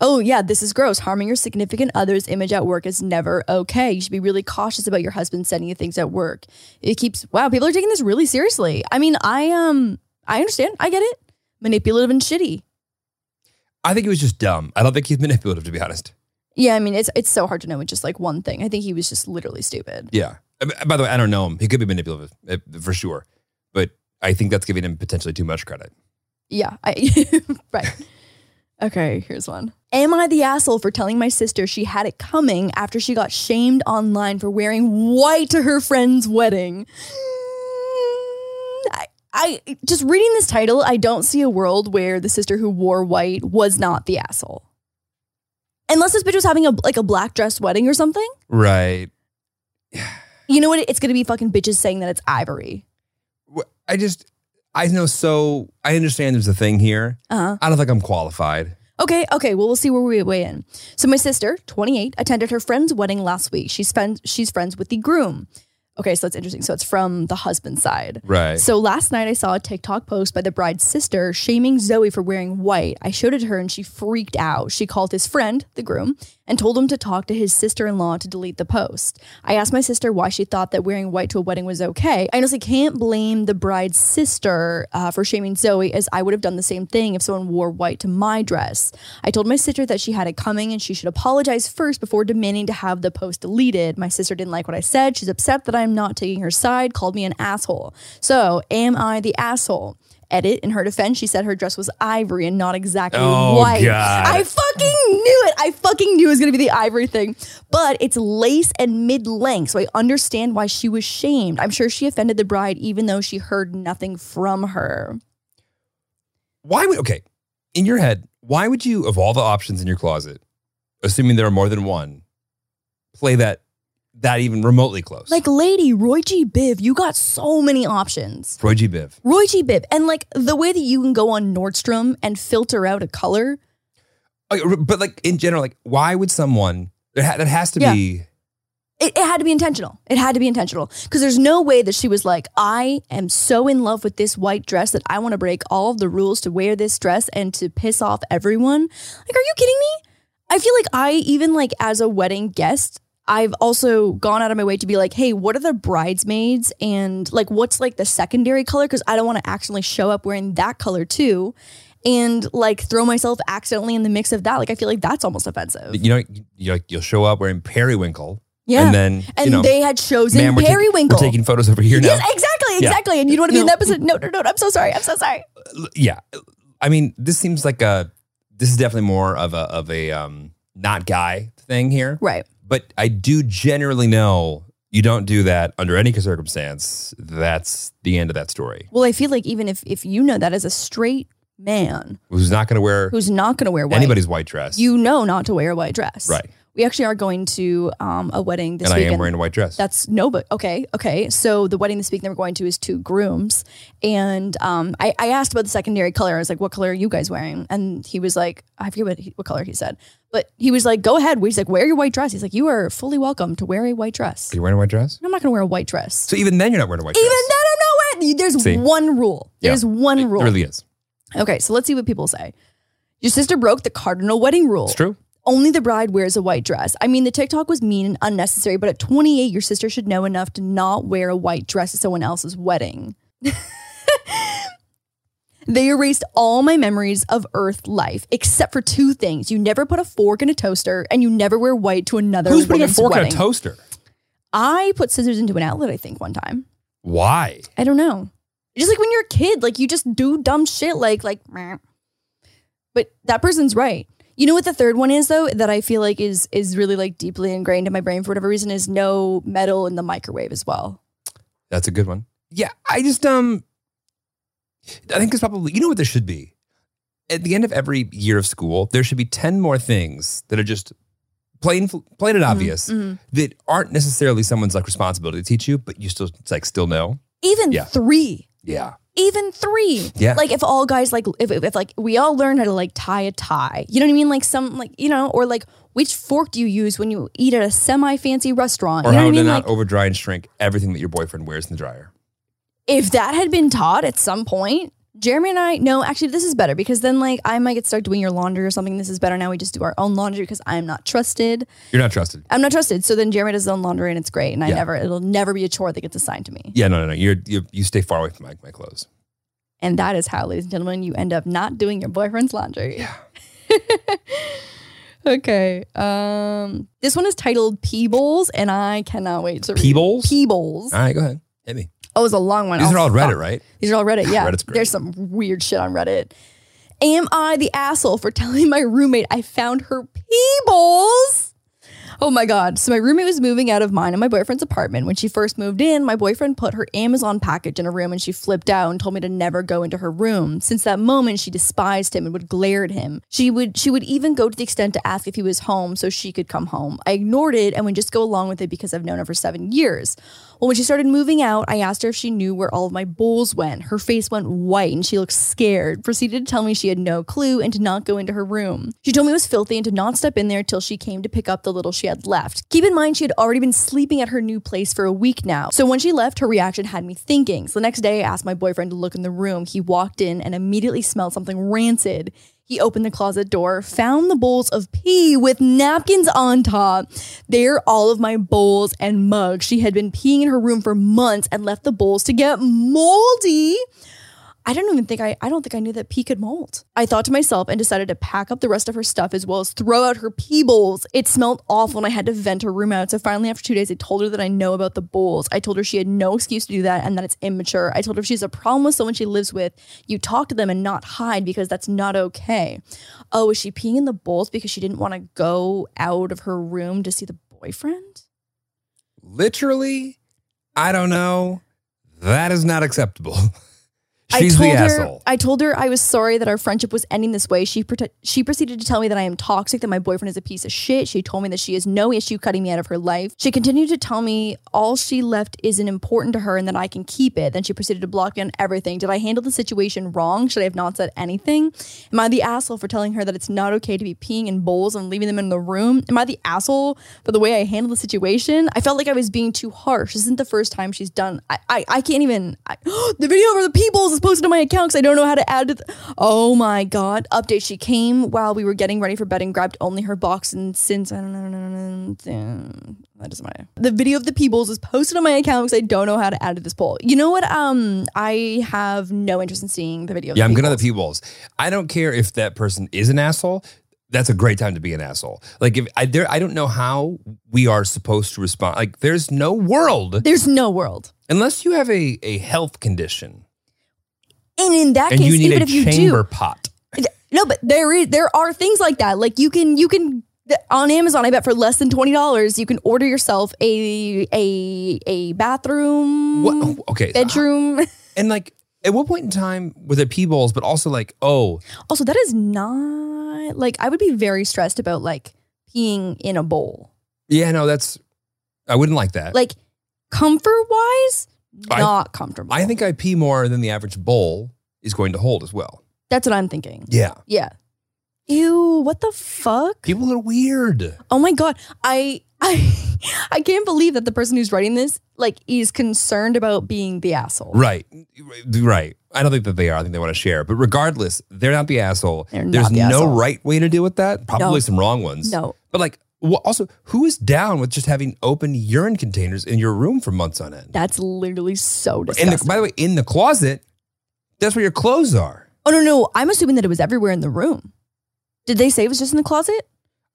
Speaker 1: Oh, yeah, this is gross. Harming your significant other's image at work is never okay. You should be really cautious about your husband sending you things at work. It keeps, wow, people are taking this really seriously. I mean, I um, I understand. I get it. Manipulative and shitty.
Speaker 3: I think he was just dumb. I don't think he's manipulative, to be honest.
Speaker 1: Yeah, I mean, it's it's so hard to know with just like one thing. I think he was just literally stupid.
Speaker 3: Yeah. I mean, By the way, I don't know him. He could be manipulative eh, for sure, but I think that's giving him potentially too much credit.
Speaker 1: Yeah, I, right. Okay, here's one. Am I the asshole for telling my sister she had it coming after she got shamed online for wearing white to her friend's wedding? Mm, I, I just reading this title, I don't see a world where the sister who wore white was not the asshole. Unless this bitch was having a like a black dress wedding or something.
Speaker 3: Right.
Speaker 1: You know what? It's gonna be fucking bitches saying that it's ivory.
Speaker 3: I just, I know so I understand there's a thing here.
Speaker 1: Uh-huh.
Speaker 3: I don't think I'm qualified.
Speaker 1: Okay, okay. Well, we'll see where we weigh in. So my sister, 28, attended her friend's wedding last week. She's friends she's friends with the groom. Okay, so that's interesting. So it's from the husband's side.
Speaker 3: Right.
Speaker 1: So last night I saw a TikTok post by the bride's sister shaming Zoe for wearing white. I showed it to her and she freaked out. She called his friend, the groom, and told him to talk to his sister-in-law to delete the post. I asked my sister why she thought that wearing white to a wedding was okay. I honestly can't blame the bride's sister uh, for shaming Zoe, as I would have done the same thing if someone wore white to my dress. I told my sister that she had it coming and she should apologize first before demanding to have the post deleted. My sister didn't like what I said. She's upset that I'm not taking her side, called me an asshole. So, am I the asshole? Edit. In her defense, she said her dress was ivory and not exactly
Speaker 3: Oh,
Speaker 1: white.
Speaker 3: God.
Speaker 1: I fucking knew it. I fucking knew it was going to be the ivory thing. But it's lace and mid length. So I understand why she was shamed. I'm sure she offended the bride, even though she heard nothing from her.
Speaker 3: Why would okay? In your head, why would you of all the options in your closet, assuming there are more than one, play that that even remotely close?
Speaker 1: Like, lady, Roy G. Biv, you got so many options.
Speaker 3: Roy G. Biv.
Speaker 1: Roy G. Biv. And like the way that you can go on Nordstrom and filter out a color.
Speaker 3: Okay, r- But like in general, like why would someone there ha- that has to
Speaker 1: Yeah.
Speaker 3: be
Speaker 1: It, it had to be intentional. It had to be intentional because there's no way that she was like, I am so in love with this white dress that I want to break all of the rules to wear this dress and to piss off everyone. Like, are you kidding me? I feel like I, even like as a wedding guest, I've also gone out of my way to be like, hey, what are the bridesmaids and like what's like the secondary color? Because I don't want to accidentally show up wearing that color too and like throw myself accidentally in the mix of that. Like, I feel like that's almost offensive.
Speaker 3: you know you like you'll show up wearing periwinkle
Speaker 1: Yeah.
Speaker 3: and then
Speaker 1: and
Speaker 3: you know
Speaker 1: they had chosen
Speaker 3: ma'am, we're taking-
Speaker 1: periwinkle.
Speaker 3: we're taking photos over here now.
Speaker 1: Yes, exactly,
Speaker 3: Yeah.
Speaker 1: exactly. And you don't want to be in that position. No, no, no. I'm so sorry. I'm so sorry.
Speaker 3: L- yeah i mean this seems like a this is definitely more of a of a um not guy thing here
Speaker 1: Right.
Speaker 3: but i do generally know you don't do that under any circumstance that's the end of that story
Speaker 1: Well, I feel like even if if you know that as a straight man
Speaker 3: who's not going to wear
Speaker 1: who's not going to wear white,
Speaker 3: anybody's white dress
Speaker 1: you know not to wear a white dress.
Speaker 3: right
Speaker 1: We actually are going to um, a wedding this
Speaker 3: and i
Speaker 1: weekend.
Speaker 3: am wearing a white dress
Speaker 1: That's no, but okay, okay. So the wedding this week that we're going to is two grooms, and um, I, I asked about the secondary color. I was like, "What color are you guys wearing?" And he was like, "I forget what, he, what color he said," but he was like, "Go ahead." He's like, "Wear your white dress." He's like, "You are fully welcome to wear a white dress."
Speaker 3: you're wearing a white dress
Speaker 1: And I'm not gonna wear a white dress.
Speaker 3: so even then you're not wearing a white
Speaker 1: Even
Speaker 3: dress
Speaker 1: then, I'm not wearing. There's
Speaker 3: See?
Speaker 1: one rule.
Speaker 3: Yeah.
Speaker 1: There's one rule.
Speaker 3: it really is
Speaker 1: Okay, so let's see what people say. Your sister broke the cardinal wedding rule.
Speaker 3: it's true
Speaker 1: Only the bride wears a white dress. I mean, the TikTok was mean and unnecessary, but at 28, your sister should know enough to not wear a white dress at someone else's wedding. they erased all my memories of Earth life, except for two things. You never put a fork in a toaster, and you never wear white to another
Speaker 3: who's putting a
Speaker 1: woman's
Speaker 3: fork in a
Speaker 1: wedding.
Speaker 3: toaster
Speaker 1: I put scissors into an outlet, I think, one time.
Speaker 3: why
Speaker 1: I don't know. Just like when you're a kid, like you just do dumb shit, like like. meh. But that person's right. You know what the third one is though that I feel like is is really like deeply ingrained in my brain for whatever reason is no metal in the microwave as well.
Speaker 3: That's a good one. Yeah, I just um, I think it's probably you know what there should be. At the end of every year of school, there should be ten more things that are just plain plain and obvious
Speaker 1: mhm.
Speaker 3: that aren't necessarily someone's like responsibility to teach you, but you still it's like still know.
Speaker 1: Even
Speaker 3: Yeah.
Speaker 1: three.
Speaker 3: Yeah,
Speaker 1: Even three.
Speaker 3: Yeah.
Speaker 1: Like if all guys like if, if, if like we all learn how to like tie a tie. You know what I mean? Like some like you know or like which fork do you use when you eat at a semi fancy restaurant?
Speaker 3: or
Speaker 1: you know
Speaker 3: how
Speaker 1: what I
Speaker 3: to
Speaker 1: mean?
Speaker 3: not
Speaker 1: Like
Speaker 3: over dry and shrink everything that your boyfriend wears in the dryer.
Speaker 1: if that had been taught at some point, Jeremy and I, no, actually, this is better because then, like, I might get stuck doing your laundry or something. This is better now. We just do our own laundry because I'm not trusted.
Speaker 3: You're not trusted.
Speaker 1: I'm not trusted. So then Jeremy does his own laundry and it's great. And I
Speaker 3: Yeah.
Speaker 1: never, it'll never be a chore that gets assigned to me.
Speaker 3: Yeah, no, no, no. You're you you stay far away from my, my clothes.
Speaker 1: And that is how, ladies and gentlemen, you end up not doing your boyfriend's laundry. okay. Um, this one is titled Peebles, and I cannot wait to read
Speaker 3: Peebles?
Speaker 1: Peebles.
Speaker 3: All right, go ahead, hit me.
Speaker 1: Oh, it's a long one.
Speaker 3: These
Speaker 1: I'll
Speaker 3: are all
Speaker 1: stop.
Speaker 3: Reddit, right?
Speaker 1: These are all Reddit. Yeah.
Speaker 3: Reddit's great.
Speaker 1: There's some weird shit on Reddit. Am I the asshole for telling my roommate I found her peebles? Oh my God. So, my roommate was moving out of mine and my boyfriend's apartment. When she first moved in, my boyfriend put her Amazon package in a room and she flipped out and told me to never go into her room. Since that moment, she despised him and would glare at him. She would she would even go to the extent to ask if he was home so she could come home. I ignored it and would just go along with it because I've known her for seven years. Well, when she started moving out, I asked her if she knew where all of my bowls went. Her face went white and she looked scared, proceeded to tell me she had no clue and did not go into her room. She told me it was filthy and did not step in there till she came to pick up the little she had left. Keep in mind, she had already been sleeping at her new place for a week now. So when she left, her reaction had me thinking. So the next day, I asked my boyfriend to look in the room. He walked in and immediately smelled something rancid. He opened the closet door, found the bowls of pee with napkins on top. They're all of my bowls and mugs. She had been peeing in her room for months and left the bowls to get moldy. I don't even think I I don't think I knew that pee could mold. I thought to myself and decided to pack up the rest of her stuff as well as throw out her pee bowls. It smelled awful and I had to vent her room out. So finally after two days I told her that I know about the bowls. I told her she had no excuse to do that and that it's immature. I told her if she has a problem with someone she lives with, you talk to them and not hide because that's not okay. Oh, was she peeing in the bowls because she didn't want to go out of her room to see the boyfriend?
Speaker 3: Literally, I don't know. That is not acceptable. She's
Speaker 1: I
Speaker 3: the
Speaker 1: told her,
Speaker 3: asshole.
Speaker 1: I told her I was sorry that our friendship was ending this way. She prote- she proceeded to tell me that I am toxic, that my boyfriend is a piece of shit. She told me that she has no issue cutting me out of her life. She continued to tell me all she left isn't important to her and that I can keep it. Then she proceeded to block me on everything. Did I handle the situation wrong? Should I have not said anything? Am I the asshole for telling her that it's not okay to be peeing in bowls and leaving them in the room? Am I the asshole for the way I handled the situation? I felt like I was being too harsh. This isn't the first time she's done. I I, I can't even. I, the video of the peoples is posted to my account because I don't know how to add it. oh my god! Update: She came while we were getting ready for bed and grabbed only her box and since I don't know. That doesn't matter. The video of the peoples is posted on my account because I don't know how to add to this poll. You know what? Um, I have no interest in seeing the video. Of
Speaker 3: Yeah,
Speaker 1: the
Speaker 3: I'm good on the
Speaker 1: peoples.
Speaker 3: pee balls. I don't care if that person is an asshole. That's a great time to be an asshole. Like if I there, I don't know how we are supposed to respond. Like there's no world
Speaker 1: There's no world.
Speaker 3: unless you have a a health condition
Speaker 1: And in that
Speaker 3: and
Speaker 1: case,
Speaker 3: you need
Speaker 1: even
Speaker 3: a
Speaker 1: if you do,
Speaker 3: chamber pot.
Speaker 1: No, but there is there are things like that. Like you can you can th- on Amazon, I bet for less than twenty dollars, you can order yourself a a a bathroom,
Speaker 3: What? Oh, Okay,
Speaker 1: bedroom.
Speaker 3: and like at what point in time was it pee balls? But also like oh
Speaker 1: Also, that is not like I would be very stressed about like peeing in a bowl.
Speaker 3: yeah no that's I wouldn't like that.
Speaker 1: Like comfort wise,
Speaker 3: I-
Speaker 1: not comfortable.
Speaker 3: I think I pee more than the average bowl is going to hold as well.
Speaker 1: that's what I'm thinking.
Speaker 3: Yeah,
Speaker 1: Yeah. Ew! What the fuck?
Speaker 3: people are weird.
Speaker 1: Oh my god, I I I can't believe that the person who's writing this like is concerned about being the asshole.
Speaker 3: Right. Right. I don't think that they are. I think they want to share. But regardless, they're not the asshole.
Speaker 1: They're not
Speaker 3: There's
Speaker 1: the
Speaker 3: no
Speaker 1: asshole.
Speaker 3: right way to deal with that. Probably
Speaker 1: No.
Speaker 3: some wrong ones.
Speaker 1: No.
Speaker 3: But like, well, also, who is down with just having open urine containers in your room for months on end?
Speaker 1: That's literally so
Speaker 3: And
Speaker 1: disgusting.
Speaker 3: the, by the way, in the closet, that's where your clothes are.
Speaker 1: oh no, no, I'm assuming that it was everywhere in the room. Did they say it was just in the closet?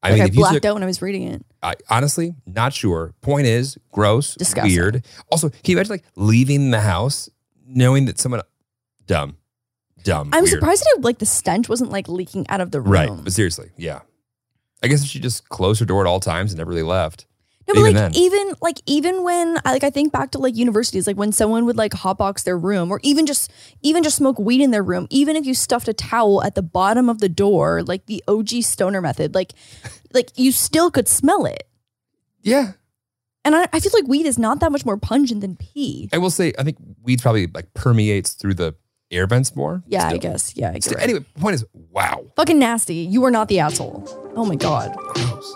Speaker 3: I
Speaker 1: like
Speaker 3: mean,
Speaker 1: I
Speaker 3: if you
Speaker 1: blacked
Speaker 3: took,
Speaker 1: out when I was reading it.
Speaker 3: I, honestly, not sure. Point is, gross,
Speaker 1: Disgusting.
Speaker 3: weird. Also, can you imagine like leaving the house knowing that someone, dumb, dumb.
Speaker 1: I'm
Speaker 3: weird.
Speaker 1: surprised that it, like the stench wasn't like leaking out of the room.
Speaker 3: Right. But seriously, yeah. I guess if she just closed her door at all times and never really left.
Speaker 1: No, but like
Speaker 3: Even then.
Speaker 1: even like even when I like I think back to like universities, like when someone would like hotbox their room or even just even just smoke weed in their room, even if you stuffed a towel at the bottom of the door, like the OG stoner method, like like you still could smell it.
Speaker 3: Yeah.
Speaker 1: And I, I feel like weed is not that much more pungent than pee.
Speaker 3: I will say, I think weed probably like permeates through the air vents more.
Speaker 1: Yeah, I
Speaker 3: still.
Speaker 1: guess. Yeah, I guess.
Speaker 3: Still- Anyway, point is, wow.
Speaker 1: Fucking nasty. You are not the asshole. Oh my god.
Speaker 3: Gross.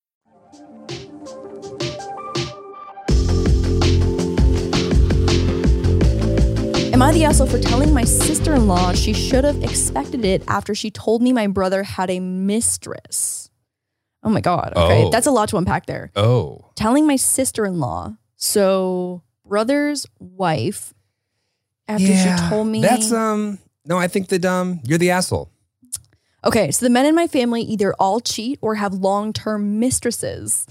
Speaker 1: Am I the asshole for telling my sister in law she should have expected it after she told me my brother had a mistress? Oh my God. Okay.
Speaker 3: Oh.
Speaker 1: That's a lot to unpack there.
Speaker 3: Oh.
Speaker 1: Telling my sister in law, so brother's wife, after
Speaker 3: yeah.
Speaker 1: she told me.
Speaker 3: That's, um, no, I think that, um, you're the asshole.
Speaker 1: Okay, so the men in my family either all cheat or have long term mistresses.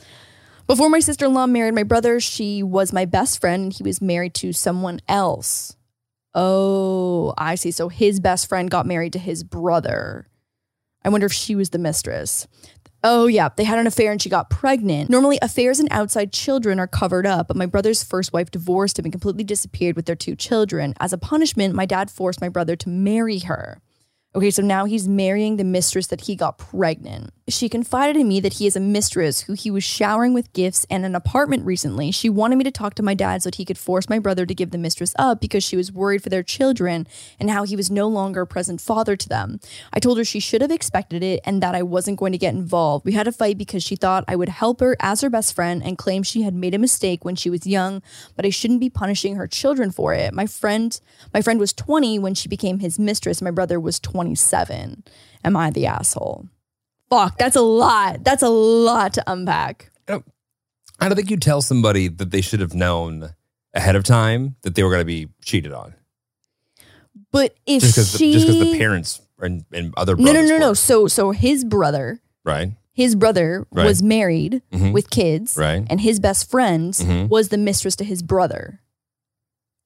Speaker 1: Before my sister in law married my brother, she was my best friend and he was married to someone else. Oh, I see. So his best friend got married to his brother. I wonder if she was the mistress. Oh, yeah, they had an affair and she got pregnant. Normally, affairs and outside children are covered up, but my brother's first wife divorced him and completely disappeared with their two children. As a punishment, my dad forced my brother to marry her. Okay, so now he's marrying the mistress that he got pregnant. She confided in me that he is a mistress who he was showering with gifts and an apartment recently. She wanted me to talk to my dad so that he could force my brother to give the mistress up because she was worried for their children and how he was no longer a present father to them. I told her she should have expected it and that I wasn't going to get involved. We had a fight because she thought I would help her as her best friend and claimed she had made a mistake when she was young, but I shouldn't be punishing her children for it. My friend, my friend was 20 when she became his mistress. My brother was 27. Am I the asshole? Fuck, that's a lot. That's a lot to unpack.
Speaker 3: I don't think you tell somebody that they should have known ahead of time that they were going to be cheated on
Speaker 1: But if
Speaker 3: just because
Speaker 1: she
Speaker 3: just because the parents and, and other
Speaker 1: No,
Speaker 3: brothers
Speaker 1: no, no, no.
Speaker 3: were,
Speaker 1: So so his brother,
Speaker 3: right
Speaker 1: his brother
Speaker 3: Right.
Speaker 1: was married
Speaker 3: Mhm.
Speaker 1: with kids.
Speaker 3: right
Speaker 1: and his best friend
Speaker 3: Mhm.
Speaker 1: was the mistress to his brother.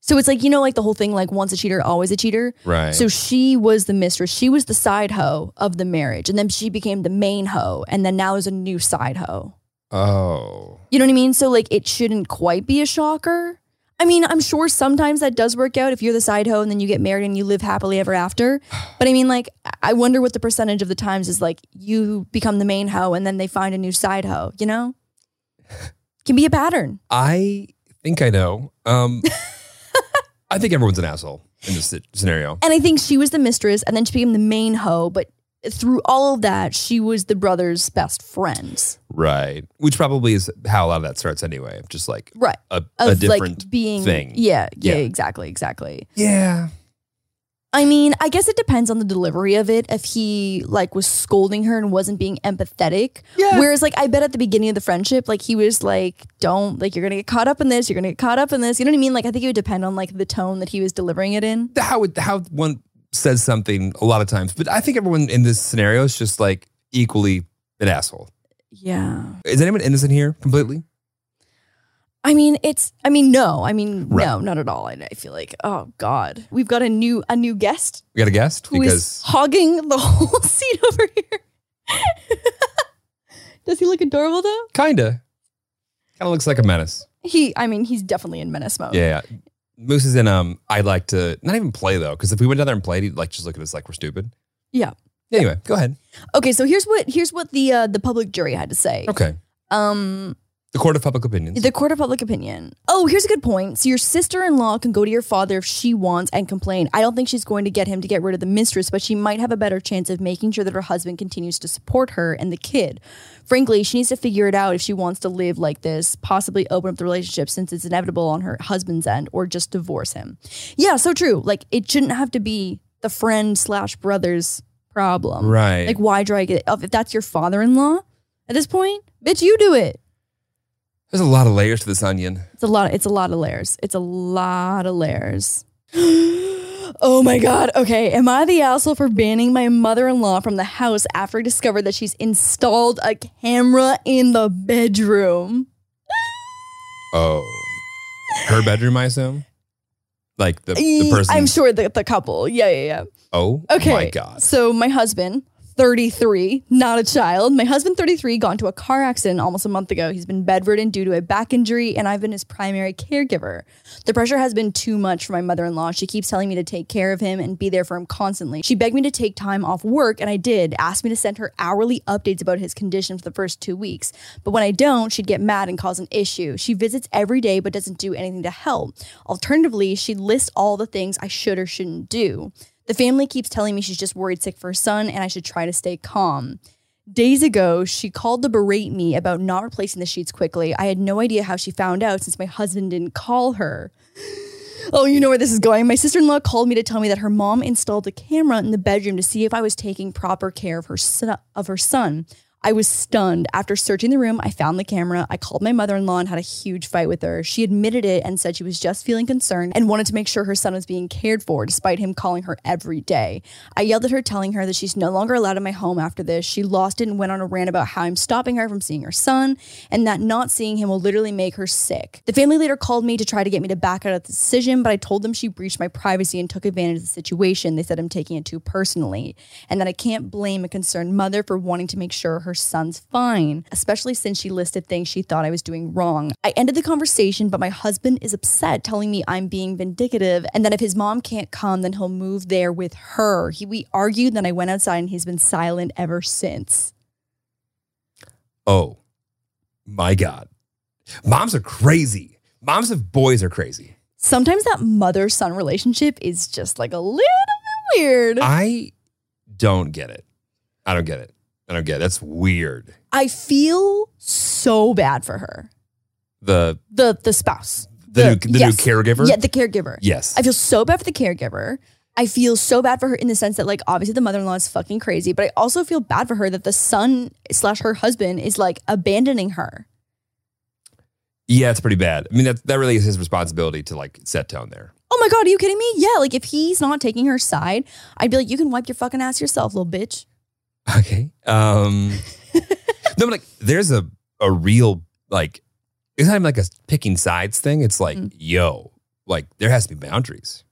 Speaker 1: So it's like you know, like the whole thing, like once a cheater, always a cheater.
Speaker 3: right
Speaker 1: So she was the mistress. She was the side hoe of the marriage, and then she became the main hoe, and then now is a new side hoe.
Speaker 3: oh
Speaker 1: You know what I mean? So like, it shouldn't quite be a shocker. I mean, I'm sure sometimes that does work out if you're the side hoe and then you get married and you live happily ever after. But I mean, like, I wonder what the percentage of the times is like you become the main hoe and then they find a new side hoe. You know, can be a pattern.
Speaker 3: I think I know um I think everyone's an asshole in this sit- scenario
Speaker 1: And I think she was the mistress, and then she became the main hoe. But through all of that, she was the brother's best friend.
Speaker 3: right which probably is how a lot of that starts anyway of just like
Speaker 1: Right.
Speaker 3: a,
Speaker 1: Of
Speaker 3: a different
Speaker 1: like being
Speaker 3: thing.
Speaker 1: Yeah, yeah,
Speaker 3: Yeah.
Speaker 1: exactly, exactly.
Speaker 3: yeah
Speaker 1: I mean, I guess it depends on the delivery of it. If he like was scolding her and wasn't being empathetic.
Speaker 3: Yeah.
Speaker 1: Whereas like I bet at the beginning of the friendship, like he was like, Don't like you're gonna get caught up in this, you're gonna get caught up in this. You know what I mean? Like I think it would depend on like the tone that he was delivering it in.
Speaker 3: the- how it, how one says something a lot of times, but I think everyone in this scenario is just like equally an asshole.
Speaker 1: Yeah.
Speaker 3: Is anyone innocent here completely?
Speaker 1: I mean, it's. I mean, no. I mean,
Speaker 3: Right.
Speaker 1: no, not at all. And I feel like, oh god, we've got a new a new guest
Speaker 3: We got a guest
Speaker 1: who is
Speaker 3: because
Speaker 1: hogging the whole seat over here. Does he look adorable though?
Speaker 3: kinda kind of looks like a menace.
Speaker 1: He. I mean, he's definitely in menace mode.
Speaker 3: Yeah, yeah. Moose is in. Um, I'd like to not even play though, because if we went down there and played, he'd like just look at us like we're stupid.
Speaker 1: Yeah.
Speaker 3: Anyway, go ahead.
Speaker 1: Okay, so here's what here's what the uh, the public jury had to say.
Speaker 3: Okay.
Speaker 1: Um,
Speaker 3: The court of public opinions.
Speaker 1: The court of public opinion. Oh, here's a good point. So your sister-in-law can go to your father if she wants and complain. I don't think she's going to get him to get rid of the mistress, but she might have a better chance of making sure that her husband continues to support her and the kid. Frankly, she needs to figure it out if she wants to live like this, possibly open up the relationship since it's inevitable on her husband's end, or just divorce him. Yeah, so true. Like it shouldn't have to be the friend slash brother's problem.
Speaker 3: right.
Speaker 1: Like why drag it up if that's your father-in-law at this point? Bitch, you do it.
Speaker 3: There's a lot of layers to this onion.
Speaker 1: It's a lot. It's a lot of layers. It's a lot of layers. oh my god. Okay, am I the asshole for banning my mother-in-law from the house after I discovered that she's installed a camera in the bedroom?
Speaker 3: Oh, her bedroom, I assume. Like the, the
Speaker 1: Eh,
Speaker 3: person.
Speaker 1: I'm sure the, the couple. Yeah, yeah, yeah.
Speaker 3: Oh
Speaker 1: Okay.
Speaker 3: my god.
Speaker 1: So my husband, 33, not a child. My husband, 33, got into a car accident almost a month ago. He's been bedridden due to a back injury, and I've been his primary caregiver. The pressure has been too much for my mother in law. She keeps telling me to take care of him and be there for him constantly. She begged me to take time off work, and I did, asked me to send her hourly updates about his condition for the first two weeks. But when I don't, she'd get mad and cause an issue. She visits every day but doesn't do anything to help. Alternatively, she lists all the things I should or shouldn't do. The family keeps telling me she's just worried sick for her son and I should try to stay calm. Days ago, she called to berate me about not replacing the sheets quickly. I had no idea how she found out since my husband didn't call her. Oh, you know where this is going. My sister in law called me to tell me that her mom installed a camera in the bedroom to see if I was taking proper care of her, son- of her son. I was stunned. After searching the room, I found the camera. I called my mother in law and had a huge fight with her. She admitted it and said she was just feeling concerned and wanted to make sure her son was being cared for, despite him calling her every day. I yelled at her, telling her that she's no longer allowed in my home after this. She lost it and went on a rant about how I'm stopping her from seeing her son and that not seeing him will literally make her sick. The family later called me to try to get me to back out of the decision, but I told them she breached my privacy and took advantage of the situation. They said I'm taking it too personally and that I can't blame a concerned mother for wanting to make sure her son's fine, especially since she listed things she thought I was doing wrong. I ended the conversation, but my husband is upset, telling me I'm being vindictive and that if his mom can't come, then he'll move there with her. He, we argued, then I went outside and he's been silent ever since.
Speaker 3: Oh my God. Moms are crazy. Moms of boys are crazy.
Speaker 1: Sometimes that mother son relationship is just like a little bit weird.
Speaker 3: I don't get it. I don't get it. I don't get it. That's weird.
Speaker 1: I feel so bad for her.
Speaker 3: The
Speaker 1: The the spouse.
Speaker 3: the, new, the
Speaker 1: yes.
Speaker 3: new caregiver?
Speaker 1: Yeah, the caregiver.
Speaker 3: yes.
Speaker 1: I feel so bad for the caregiver. I feel so bad for her in the sense that, like, obviously the mother in law is fucking crazy, but I also feel bad for her that the son slash her husband is like abandoning her.
Speaker 3: yeah, it's pretty bad. I mean, that, that really is his responsibility to like set tone there.
Speaker 1: Oh my God, are you kidding me? Yeah, like if he's not taking her side, I'd be like, you can wipe your fucking ass yourself, little bitch.
Speaker 3: Okay. Um No, but like there's a a real like it's not even like a picking sides thing. It's like,
Speaker 1: Mm.
Speaker 3: yo, like there has to be boundaries.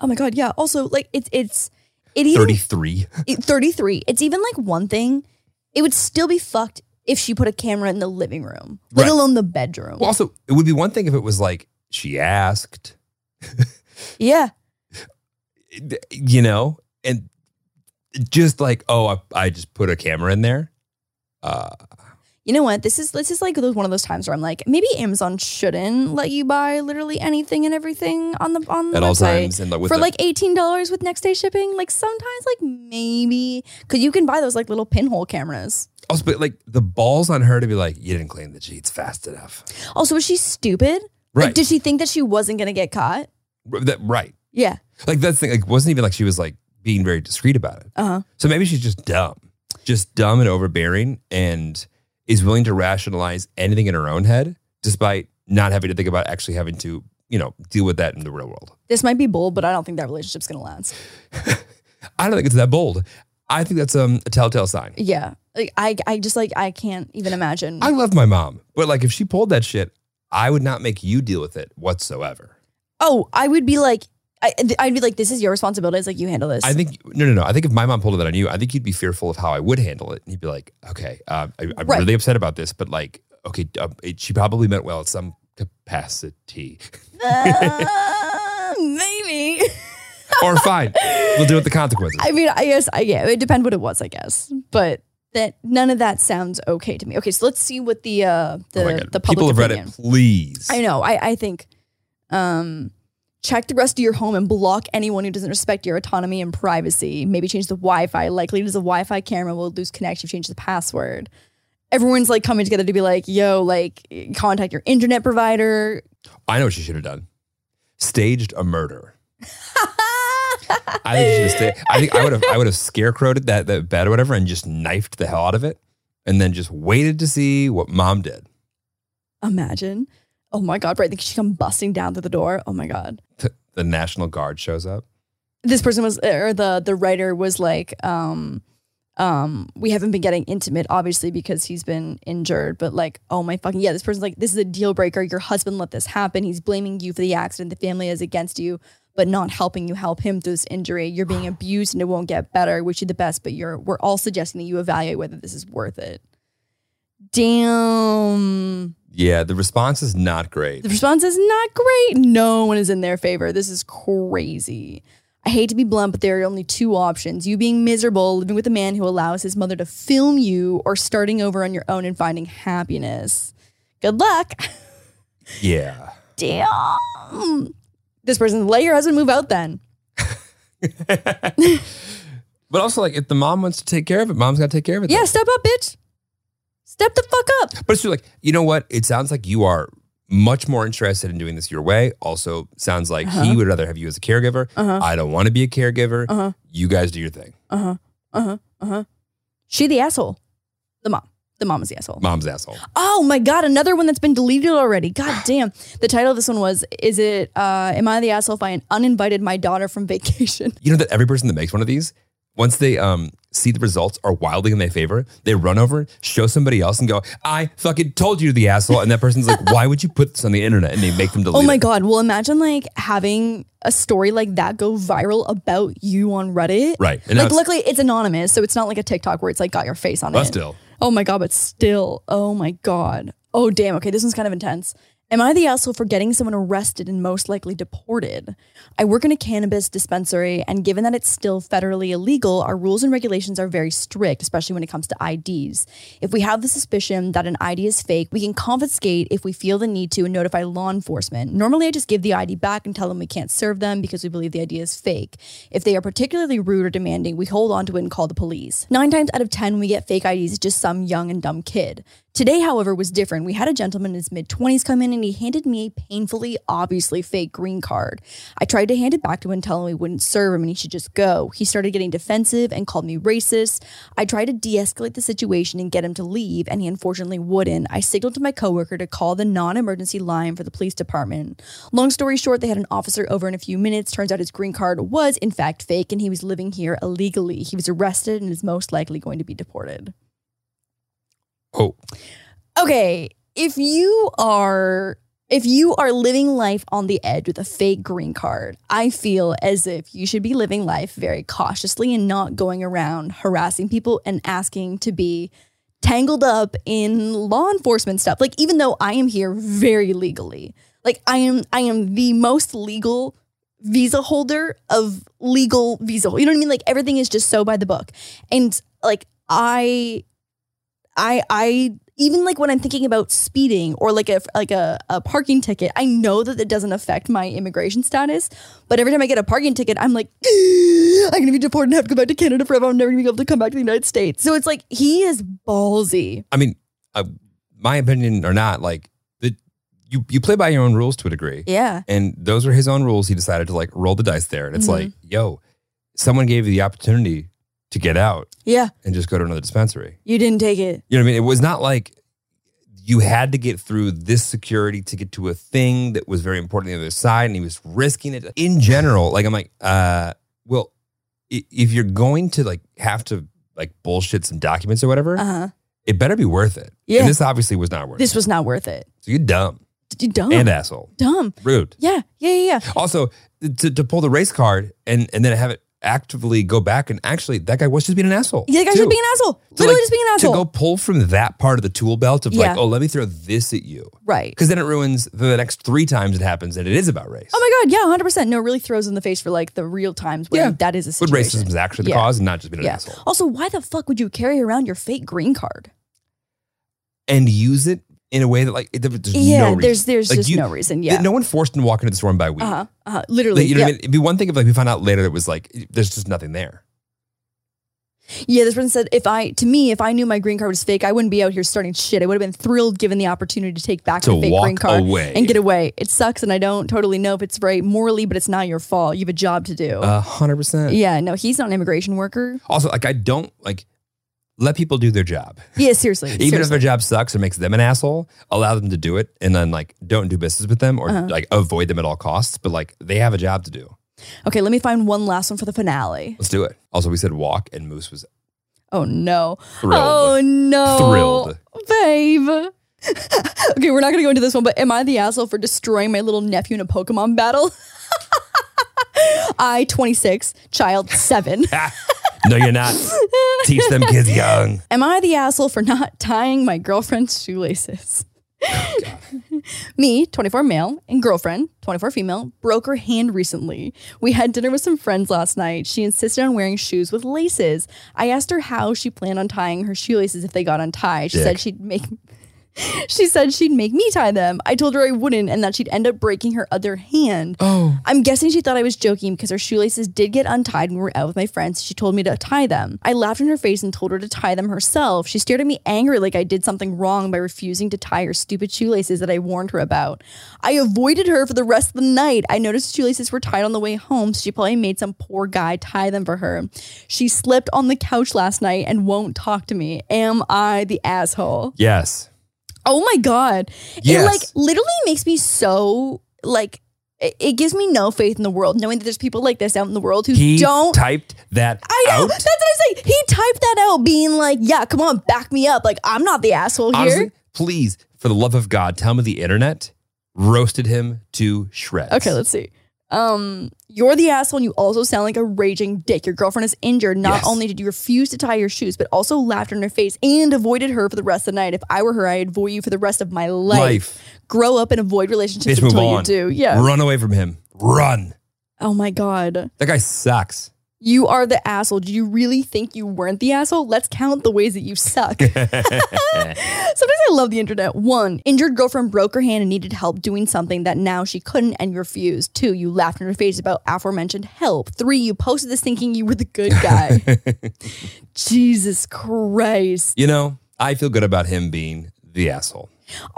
Speaker 1: Oh my God, yeah. Also, like, it's, it's, it even,
Speaker 3: Thirty three.
Speaker 1: it- 33. It's even like one thing. It would still be fucked if she put a camera in the living room, let
Speaker 3: Right.
Speaker 1: alone the bedroom.
Speaker 3: Well, also, it would be one thing if it was like she asked,
Speaker 1: yeah.
Speaker 3: you know, and just like, oh, I, I just put a camera in there. Uh,
Speaker 1: you know what? This is this is like those, one of those times where I'm like, maybe Amazon shouldn't let you buy literally anything and everything on the on the
Speaker 3: at all
Speaker 1: website
Speaker 3: times and like with
Speaker 1: Mm, for
Speaker 3: the-
Speaker 1: like eighteen dollars with next day shipping. Like sometimes, like maybe because you can buy those like little pinhole cameras.
Speaker 3: also, but like the balls on her to be like, you didn't clean the sheets fast enough,
Speaker 1: Also, was she stupid?
Speaker 3: right?
Speaker 1: Like, did she think that she wasn't gonna get caught?
Speaker 3: R- that, right?
Speaker 1: Yeah.
Speaker 3: Like that's the thing. Like wasn't even like she was like being very discreet about it.
Speaker 1: Uh huh.
Speaker 3: So maybe she's just dumb, just dumb and overbearing, and is willing to rationalize anything in her own head, despite not having to think about actually having to, you know, deal with that in the real world.
Speaker 1: This might be bold, but I don't think that relationship's gonna last.
Speaker 3: I don't think it's that bold. I think that's um, a telltale sign.
Speaker 1: Yeah. Like I, I just like I can't even imagine.
Speaker 3: I love my mom, but like if she pulled that shit, I would not make you deal with it whatsoever.
Speaker 1: oh, I would be like, I, I'd be like, this is your responsibility. It's like you handle this.
Speaker 3: I think no, no, no. I think if my mom pulled that on you, I think you'd be fearful of how I would handle it, and you'd be like, "Okay, uh, I, I'm
Speaker 1: Right.
Speaker 3: really upset about this, but like, okay, uh, it, she probably meant well at some capacity."
Speaker 1: Uh, maybe.
Speaker 3: or fine, we'll deal with the consequences.
Speaker 1: I mean, I guess I yeah, it depend what it was, I guess. But that none of that sounds okay to me. Okay, so let's see what the uh the,
Speaker 3: Oh my God.
Speaker 1: the public
Speaker 3: people have read
Speaker 1: opinion.
Speaker 3: it. Please,
Speaker 1: I know. I, I think um check the rest of your home and block anyone who doesn't respect your autonomy and privacy. Maybe change the Wi-Fi. Likely does a Wi-Fi camera will lose connection if you change the password. Everyone's like coming together to be like, yo, like contact your internet provider.
Speaker 3: I know what she should have done. Staged a murder. I think she should have sta- I think I would have I would have scarecrowed that that bed or whatever and just knifed the hell out of it and then just waited to see what mom did.
Speaker 1: Imagine. Oh my God, right? Like she come busting down through the door. Oh my God.
Speaker 3: The National Guard shows up.
Speaker 1: This person was, or the the writer was like, um, um, we haven't been getting intimate, obviously, because he's been injured. But like, oh my fucking yeah, this person's like, this is a deal breaker. Your husband let this happen. He's blaming you for the accident. The family is against you, but not helping you help him through this injury. You're being abused, and it won't get better. Wish you the best, but you're. We're all suggesting that you evaluate whether this is worth it. Damn.
Speaker 3: Yeah, the response is not great.
Speaker 1: The response is not great. No one is in their favor. This is crazy. I hate to be blunt, but there are only two options you being miserable, living with a man who allows his mother to film you, or starting over on your own and finding happiness. Good luck.
Speaker 3: Yeah.
Speaker 1: Damn. This person, let your husband move out then.
Speaker 3: but also like if the mom wants to take care of it, mom's got to take care of it.
Speaker 1: Yeah, step up, bitch. Step the fuck up.
Speaker 3: But it's just like, you know what? It sounds like you are much more interested in doing this your way. Also, sounds like he
Speaker 1: Uh-huh.
Speaker 3: would rather have you as a caregiver.
Speaker 1: Uh huh.
Speaker 3: I don't want to be a caregiver.
Speaker 1: Uh huh.
Speaker 3: You guys do your thing.
Speaker 1: Uh huh. Uh huh. Uh huh. She the asshole. The The mom. The mom is the asshole.
Speaker 3: Mom's asshole.
Speaker 1: Oh my god, another one that's been deleted already. God damn. The title of this one was Is it uh Am I the asshole if I uninvited my daughter from vacation?
Speaker 3: You know that every person that makes one of these, once they um see the results are wildly in their favor, they run over, show somebody else, and go, "I fucking told you, the asshole." And that person's like, "Why would you put this on the internet?" And they make them delete.
Speaker 1: Oh my
Speaker 3: it.
Speaker 1: god. Well imagine like having a story like that go viral about you on Reddit.
Speaker 3: Right. And now
Speaker 1: Like
Speaker 3: it's-
Speaker 1: luckily it's anonymous, so it's not like a TikTok where it's like got your face on
Speaker 3: But
Speaker 1: it.
Speaker 3: still,
Speaker 1: Oh my god, but still. Oh my god. Oh damn. Okay, this one's kind of intense. Am I the asshole for getting someone arrested and most likely deported? I work in a cannabis dispensary, and given that it's still federally illegal, our rules and regulations are very strict, especially when it comes to IDs. If we have the suspicion that an ID is fake, we can confiscate if we feel the need to and notify law enforcement. Normally, I just give the ID back and tell them we can't serve them because we believe the ID is fake. If they are particularly rude or demanding, we hold on to it and call the police. Nine times out of 10, we get fake IDs, just some young and dumb kid. Today, however, was different. We had a gentleman in his mid 20s come in and he handed me a painfully, obviously fake green card. I tried to hand it back to him and tell him we wouldn't serve him and he should just go. He started getting defensive and called me racist. I tried to de escalate the situation and get him to leave, and he unfortunately wouldn't. I signaled to my coworker to call the non emergency line for the police department. Long story short, they had an officer over in a few minutes. Turns out his green card was, in fact, fake and he was living here illegally. He was arrested and is most likely going to be deported
Speaker 3: oh,
Speaker 1: okay, if you are if you are living life on the edge with a fake green card, I feel as if you should be living life very cautiously and not going around harassing people and asking to be tangled up in law enforcement stuff. Like even though I am here very legally. Like I am I am the most legal visa holder of legal visa. You know what I mean? Like everything is just so by the book. And like I I I even like when I'm thinking about speeding or like a like a, a parking ticket, I know that it doesn't affect my immigration status. But every time I get a parking ticket, I'm like, I'm gonna be deported and have to go back to Canada forever. I'm never gonna be able to come back to the United States. So it's like he is ballsy.
Speaker 3: I mean, uh, my opinion or not, like the, you you play by your own rules to a degree,
Speaker 1: Yeah.
Speaker 3: and those are his own rules. He decided to like roll the dice there, and it's
Speaker 1: Mhm.
Speaker 3: like, yo, someone gave you the opportunity to get out
Speaker 1: Yeah.
Speaker 3: and just go to another dispensary.
Speaker 1: You didn't take it.
Speaker 3: You know what I mean? It was not like you had to get through this security to get to a thing that was very important on the other side, and he was risking it. In general, like I'm like, uh, well, i- if you're going to like have to like bullshit some documents or whatever,
Speaker 1: Uh-huh.
Speaker 3: it better be worth it.
Speaker 1: Yeah.
Speaker 3: And this obviously was not worth
Speaker 1: This
Speaker 3: it.
Speaker 1: was not worth it.
Speaker 3: So you're dumb
Speaker 1: D- Dumb.
Speaker 3: and uh, asshole.
Speaker 1: Dumb.
Speaker 3: Rude.
Speaker 1: Yeah. Yeah. Yeah. yeah.
Speaker 3: Also, to, to pull the race card and, and then have it actively go back and actually that guy was just being an asshole.
Speaker 1: Yeah, the guy's just
Speaker 3: too.
Speaker 1: being an asshole.
Speaker 3: To,
Speaker 1: Literally
Speaker 3: like,
Speaker 1: just being an
Speaker 3: To
Speaker 1: asshole.
Speaker 3: go pull from that part of the tool belt of
Speaker 1: Yeah.
Speaker 3: like, oh, let me throw this at you.
Speaker 1: right.
Speaker 3: Because then it ruins the next three times it happens and it is about race.
Speaker 1: Oh my god, yeah, hundred percent. No, it really throws in the face for like the real times when
Speaker 3: Yeah.
Speaker 1: that is a
Speaker 3: But
Speaker 1: situation.
Speaker 3: racism is actually the
Speaker 1: Yeah.
Speaker 3: cause and not just being an
Speaker 1: Yeah.
Speaker 3: asshole.
Speaker 1: Also, why the fuck would you carry around your fake green card?
Speaker 3: And use it in a way that like, it- there's no
Speaker 1: yeah,
Speaker 3: reason.
Speaker 1: there's there's
Speaker 3: Like,
Speaker 1: just
Speaker 3: you-
Speaker 1: no reason. Yeah.
Speaker 3: No one forced him to walk into the store and buy weed.
Speaker 1: uh huh. Uh-huh.
Speaker 3: Like,
Speaker 1: Literally.
Speaker 3: you know
Speaker 1: yeah.
Speaker 3: what I mean? It'd be one thing if like we found out later that it was like, there's just nothing there.
Speaker 1: yeah. This person said, if I to me, if I knew my green card was fake, I wouldn't be out here starting shit. I would have been thrilled given the opportunity to take back
Speaker 3: To
Speaker 1: the fake
Speaker 3: walk
Speaker 1: green card
Speaker 3: away.
Speaker 1: and get away. It sucks, and I don't totally know if it's right morally, but it's not your fault. You have a job to do.
Speaker 3: A hundred percent.
Speaker 1: yeah. No, he's not an immigration worker.
Speaker 3: Also, like I don't like let people do their job.
Speaker 1: Yeah. Seriously.
Speaker 3: Even if
Speaker 1: seriously.
Speaker 3: their job sucks or makes them an asshole, allow them to do it and then like don't do business with them or
Speaker 1: Uh-huh.
Speaker 3: like avoid them at all costs. But like they have a job to do.
Speaker 1: okay, let me find one last one for the finale.
Speaker 3: Let's do it. Also, we said walk and Moose was
Speaker 1: Oh no.
Speaker 3: thrilled.
Speaker 1: Oh no.
Speaker 3: Thrilled.
Speaker 1: Babe. okay, we're not gonna go into this one, but am I the asshole for destroying my little nephew in a Pokemon battle? I, 26, child 7.
Speaker 3: "Ah, no, you're not. Teach them kids young.
Speaker 1: Am I the asshole for not tying my girlfriend's shoelaces? Me, 24 male, and girlfriend, 24 female, broke her hand recently. We had dinner with some friends last night. She insisted on wearing shoes with laces. I asked her how she planned on tying her shoelaces if they got untied. She said
Speaker 3: Dick.
Speaker 1: she'd make She said she'd make me tie them. I told her I wouldn't and that she'd end up breaking her other hand.
Speaker 3: Oh.
Speaker 1: I'm guessing she thought I was joking because her shoelaces did get untied when we were out with my friends. She told me to tie them. I laughed in her face and told her to tie them herself. She stared at me angry like I did something wrong by refusing to tie her stupid shoelaces that I warned her about. I avoided her for the rest of the night. I noticed shoelaces were tied on the way home, so she probably made some poor guy tie them for her. She slept on the couch last night and won't talk to me. Am I the asshole?
Speaker 3: Yes.
Speaker 1: Oh my god. It
Speaker 3: Yes.
Speaker 1: like literally makes me so like it, it gives me no faith in the world knowing that there's people like this out in the world who
Speaker 3: He
Speaker 1: don't
Speaker 3: typed that
Speaker 1: I know.
Speaker 3: out.
Speaker 1: That's what I say. He typed that out being like, "Yeah, come on, back me up. Like I'm not the asshole here."
Speaker 3: Honestly, please, for the love of God, tell me the internet roasted him to shreds.
Speaker 1: Okay, let's see. Um, you're the asshole, and you also sound like a raging dick. Your girlfriend is injured. Not
Speaker 3: Yes.
Speaker 1: only did you refuse to tie your shoes, but also laughed in her face and avoided her for the rest of the night. If I were her, I'd avoid you for the rest of my life.
Speaker 3: life.
Speaker 1: Grow up and avoid relationships
Speaker 3: Bitch, move
Speaker 1: until
Speaker 3: on.
Speaker 1: you do. Yeah.
Speaker 3: Run away from him. Run.
Speaker 1: Oh my god,
Speaker 3: That guy sucks.
Speaker 1: you are the asshole. Do you really think you weren't the asshole? Let's count the ways that you suck. Sometimes I love the internet. One, injured girlfriend broke her hand and needed help doing something that now she couldn't and refused. Two, you laughed in her face about aforementioned help. Three, you posted this thinking you were the good guy. Jesus Christ.
Speaker 3: You know, I feel good about him being the asshole.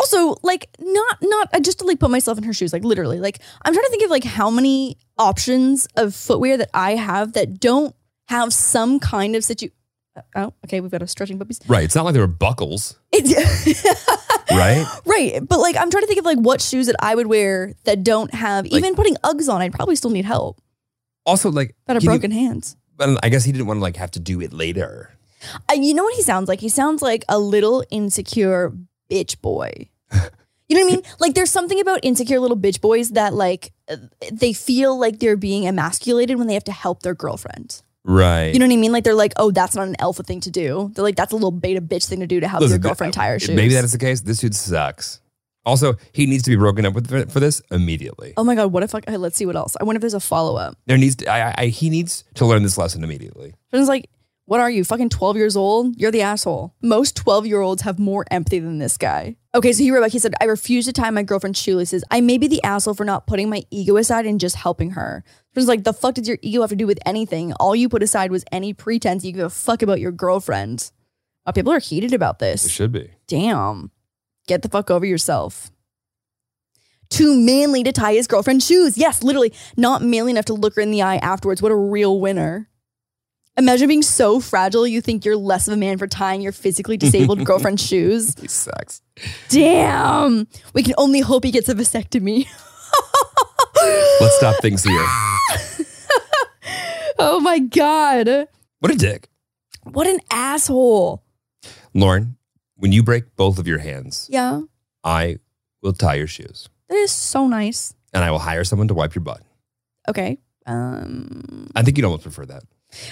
Speaker 1: Also, like, not, not, I just to like put myself in her shoes, like literally, like, I'm trying to think of like how many options of footwear that I have that don't have some kind of situ. Oh, okay, we've got a stretching puppies.
Speaker 3: Right. It's not like there were buckles,
Speaker 1: It's.
Speaker 3: right?
Speaker 1: Right, but like I'm trying to think of like what shoes that I would wear that don't have even putting Uggs on. I'd probably still need help.
Speaker 3: also, like,
Speaker 1: Got a
Speaker 3: can you-
Speaker 1: broken hands.
Speaker 3: but I guess he didn't want to like have to do it later.
Speaker 1: Uh, you know what he sounds like? He sounds like a little insecure bitch boy. You know what I mean? Like there's something about insecure little bitch boys that like uh, they feel like they're being emasculated when they have to help their girlfriend.
Speaker 3: Right.
Speaker 1: You know what I mean? Like they're like, oh, that's not an alpha thing to do. They're like, that's a little beta bitch thing to do to help your
Speaker 3: Listen,
Speaker 1: girlfriend tie her
Speaker 3: if
Speaker 1: shoes.
Speaker 3: Maybe that is the case. This dude sucks. Also, he needs to be broken up with for- for this immediately.
Speaker 1: Oh my god, what if like, let's see what else. I wonder if there's a follow up.
Speaker 3: There needs to, I, I- I he needs to learn this lesson immediately.
Speaker 1: Jordan's like, what are you, fucking 12 years old? You're the asshole. Most 12 year olds have more empathy than this guy. Okay, so he wrote back, he said, I refuse to tie my girlfriend's shoelaces. I may be the asshole for not putting my ego aside and just helping her. Jordan's like, the fuck did your ego have to do with anything? All you put aside was any pretense you give a fuck about your girlfriend. Wow, people are heated about
Speaker 3: It
Speaker 1: this.
Speaker 3: should be.
Speaker 1: Damn. Get the fuck over yourself. Too manly to tie his girlfriend's shoes. Yes, literally. Not manly enough to look her in the eye afterwards. What a real winner. Imagine being so fragile you think you're less of a man for tying your physically disabled girlfriend's shoes.
Speaker 3: He sucks.
Speaker 1: Damn. We can only hope he gets a vasectomy.
Speaker 3: Let's stop things here.
Speaker 1: Oh my God.
Speaker 3: What a dick.
Speaker 1: What an asshole.
Speaker 3: Lauren, when you break both of your hands,
Speaker 1: Yeah.
Speaker 3: I will tie your shoes
Speaker 1: That is so nice.
Speaker 3: and I will hire someone to wipe your butt.
Speaker 1: Okay. Um,
Speaker 3: I think you'd almost prefer that.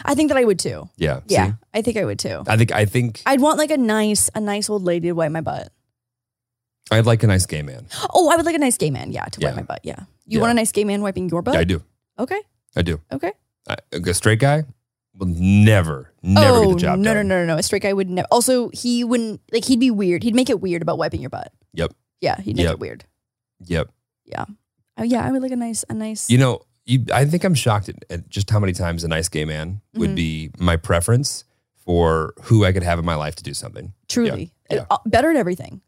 Speaker 1: I think that I would too.
Speaker 3: Yeah.
Speaker 1: Yeah.
Speaker 3: see?
Speaker 1: I think I would too.
Speaker 3: I think, I think
Speaker 1: I'd want like a nice, a nice old lady to wipe my butt.
Speaker 3: I'd like a nice gay man.
Speaker 1: Oh, I would like a nice gay man, yeah, to
Speaker 3: Yeah.
Speaker 1: wipe my butt. Yeah. You
Speaker 3: Yeah.
Speaker 1: want a nice gay man wiping your butt?
Speaker 3: Yeah, I do.
Speaker 1: Okay.
Speaker 3: I do.
Speaker 1: Okay.
Speaker 3: I, a straight guy will never, never
Speaker 1: oh,
Speaker 3: get the job
Speaker 1: no,
Speaker 3: done.
Speaker 1: no, no, no, no. A straight guy would never. Also, he wouldn't like. He'd be weird. He'd make it weird about wiping your butt.
Speaker 3: Yep.
Speaker 1: Yeah, he'd make
Speaker 3: Yep.
Speaker 1: it weird.
Speaker 3: Yep.
Speaker 1: Oh, yeah, I would like a nice, a nice.
Speaker 3: You know, you, I think I'm shocked at, at just how many times a nice gay man would
Speaker 1: Mhm.
Speaker 3: be my preference for who I could have in my life to do something.
Speaker 1: truly
Speaker 3: yeah.
Speaker 1: Uh, better at everything.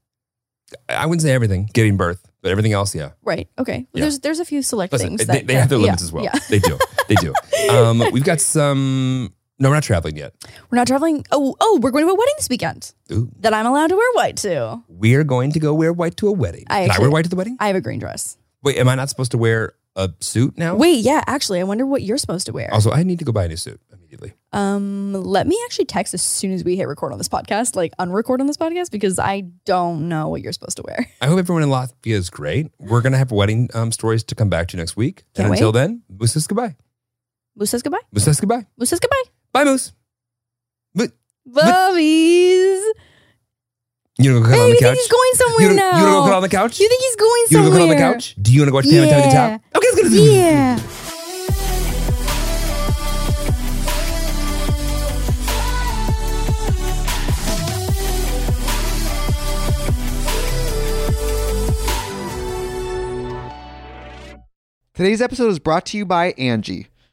Speaker 3: I- I wouldn't say everything, giving birth, but everything else, yeah.
Speaker 1: Right. Okay. Well,
Speaker 3: Yeah.
Speaker 1: There's there's a few select
Speaker 3: Listen,
Speaker 1: things
Speaker 3: they,
Speaker 1: that
Speaker 3: they have their
Speaker 1: yeah,
Speaker 3: limits as well.
Speaker 1: Yeah.
Speaker 3: They do. They do. Um, we've got some. No, we're not traveling yet.
Speaker 1: We're not traveling. Oh, oh, we're going to a wedding this weekend
Speaker 3: Ooh.
Speaker 1: that I'm allowed to wear white to.
Speaker 3: We're going to go wear white to a wedding.
Speaker 1: I
Speaker 3: Can I
Speaker 1: actually-
Speaker 3: wear white to the wedding?
Speaker 1: I have a green dress.
Speaker 3: Wait, am I not supposed to wear a suit now?
Speaker 1: Wait, yeah. Actually, I wonder what you're supposed to wear.
Speaker 3: Also, I need to go buy a new suit immediately.
Speaker 1: Um, let me actually text as soon as we hit record on this podcast, like unrecord on this podcast, because I don't know what you're supposed to wear.
Speaker 3: I hope everyone in Latvia is great. We're going to have wedding um, stories to come back to next week.
Speaker 1: Can't
Speaker 3: and
Speaker 1: wait.
Speaker 3: until then, Moose says goodbye.
Speaker 1: Moose says goodbye.
Speaker 3: Moose says goodbye.
Speaker 1: Moose says goodbye.
Speaker 3: Bye, Moose. But
Speaker 1: Bubbies.
Speaker 3: you don't go cut
Speaker 1: Hey,
Speaker 3: on
Speaker 1: you think
Speaker 3: the couch.
Speaker 1: he's going somewhere
Speaker 3: you don't,
Speaker 1: now?
Speaker 3: You don't go cut on the couch?
Speaker 1: You think he's going
Speaker 3: You don't
Speaker 1: somewhere?
Speaker 3: go cut on the couch? Do you want to go watch Pam and Tommy
Speaker 1: Yeah.
Speaker 3: the Top? Okay, let's go to the
Speaker 1: Yeah.
Speaker 5: Thank
Speaker 2: Today's episode is brought to you by Angie.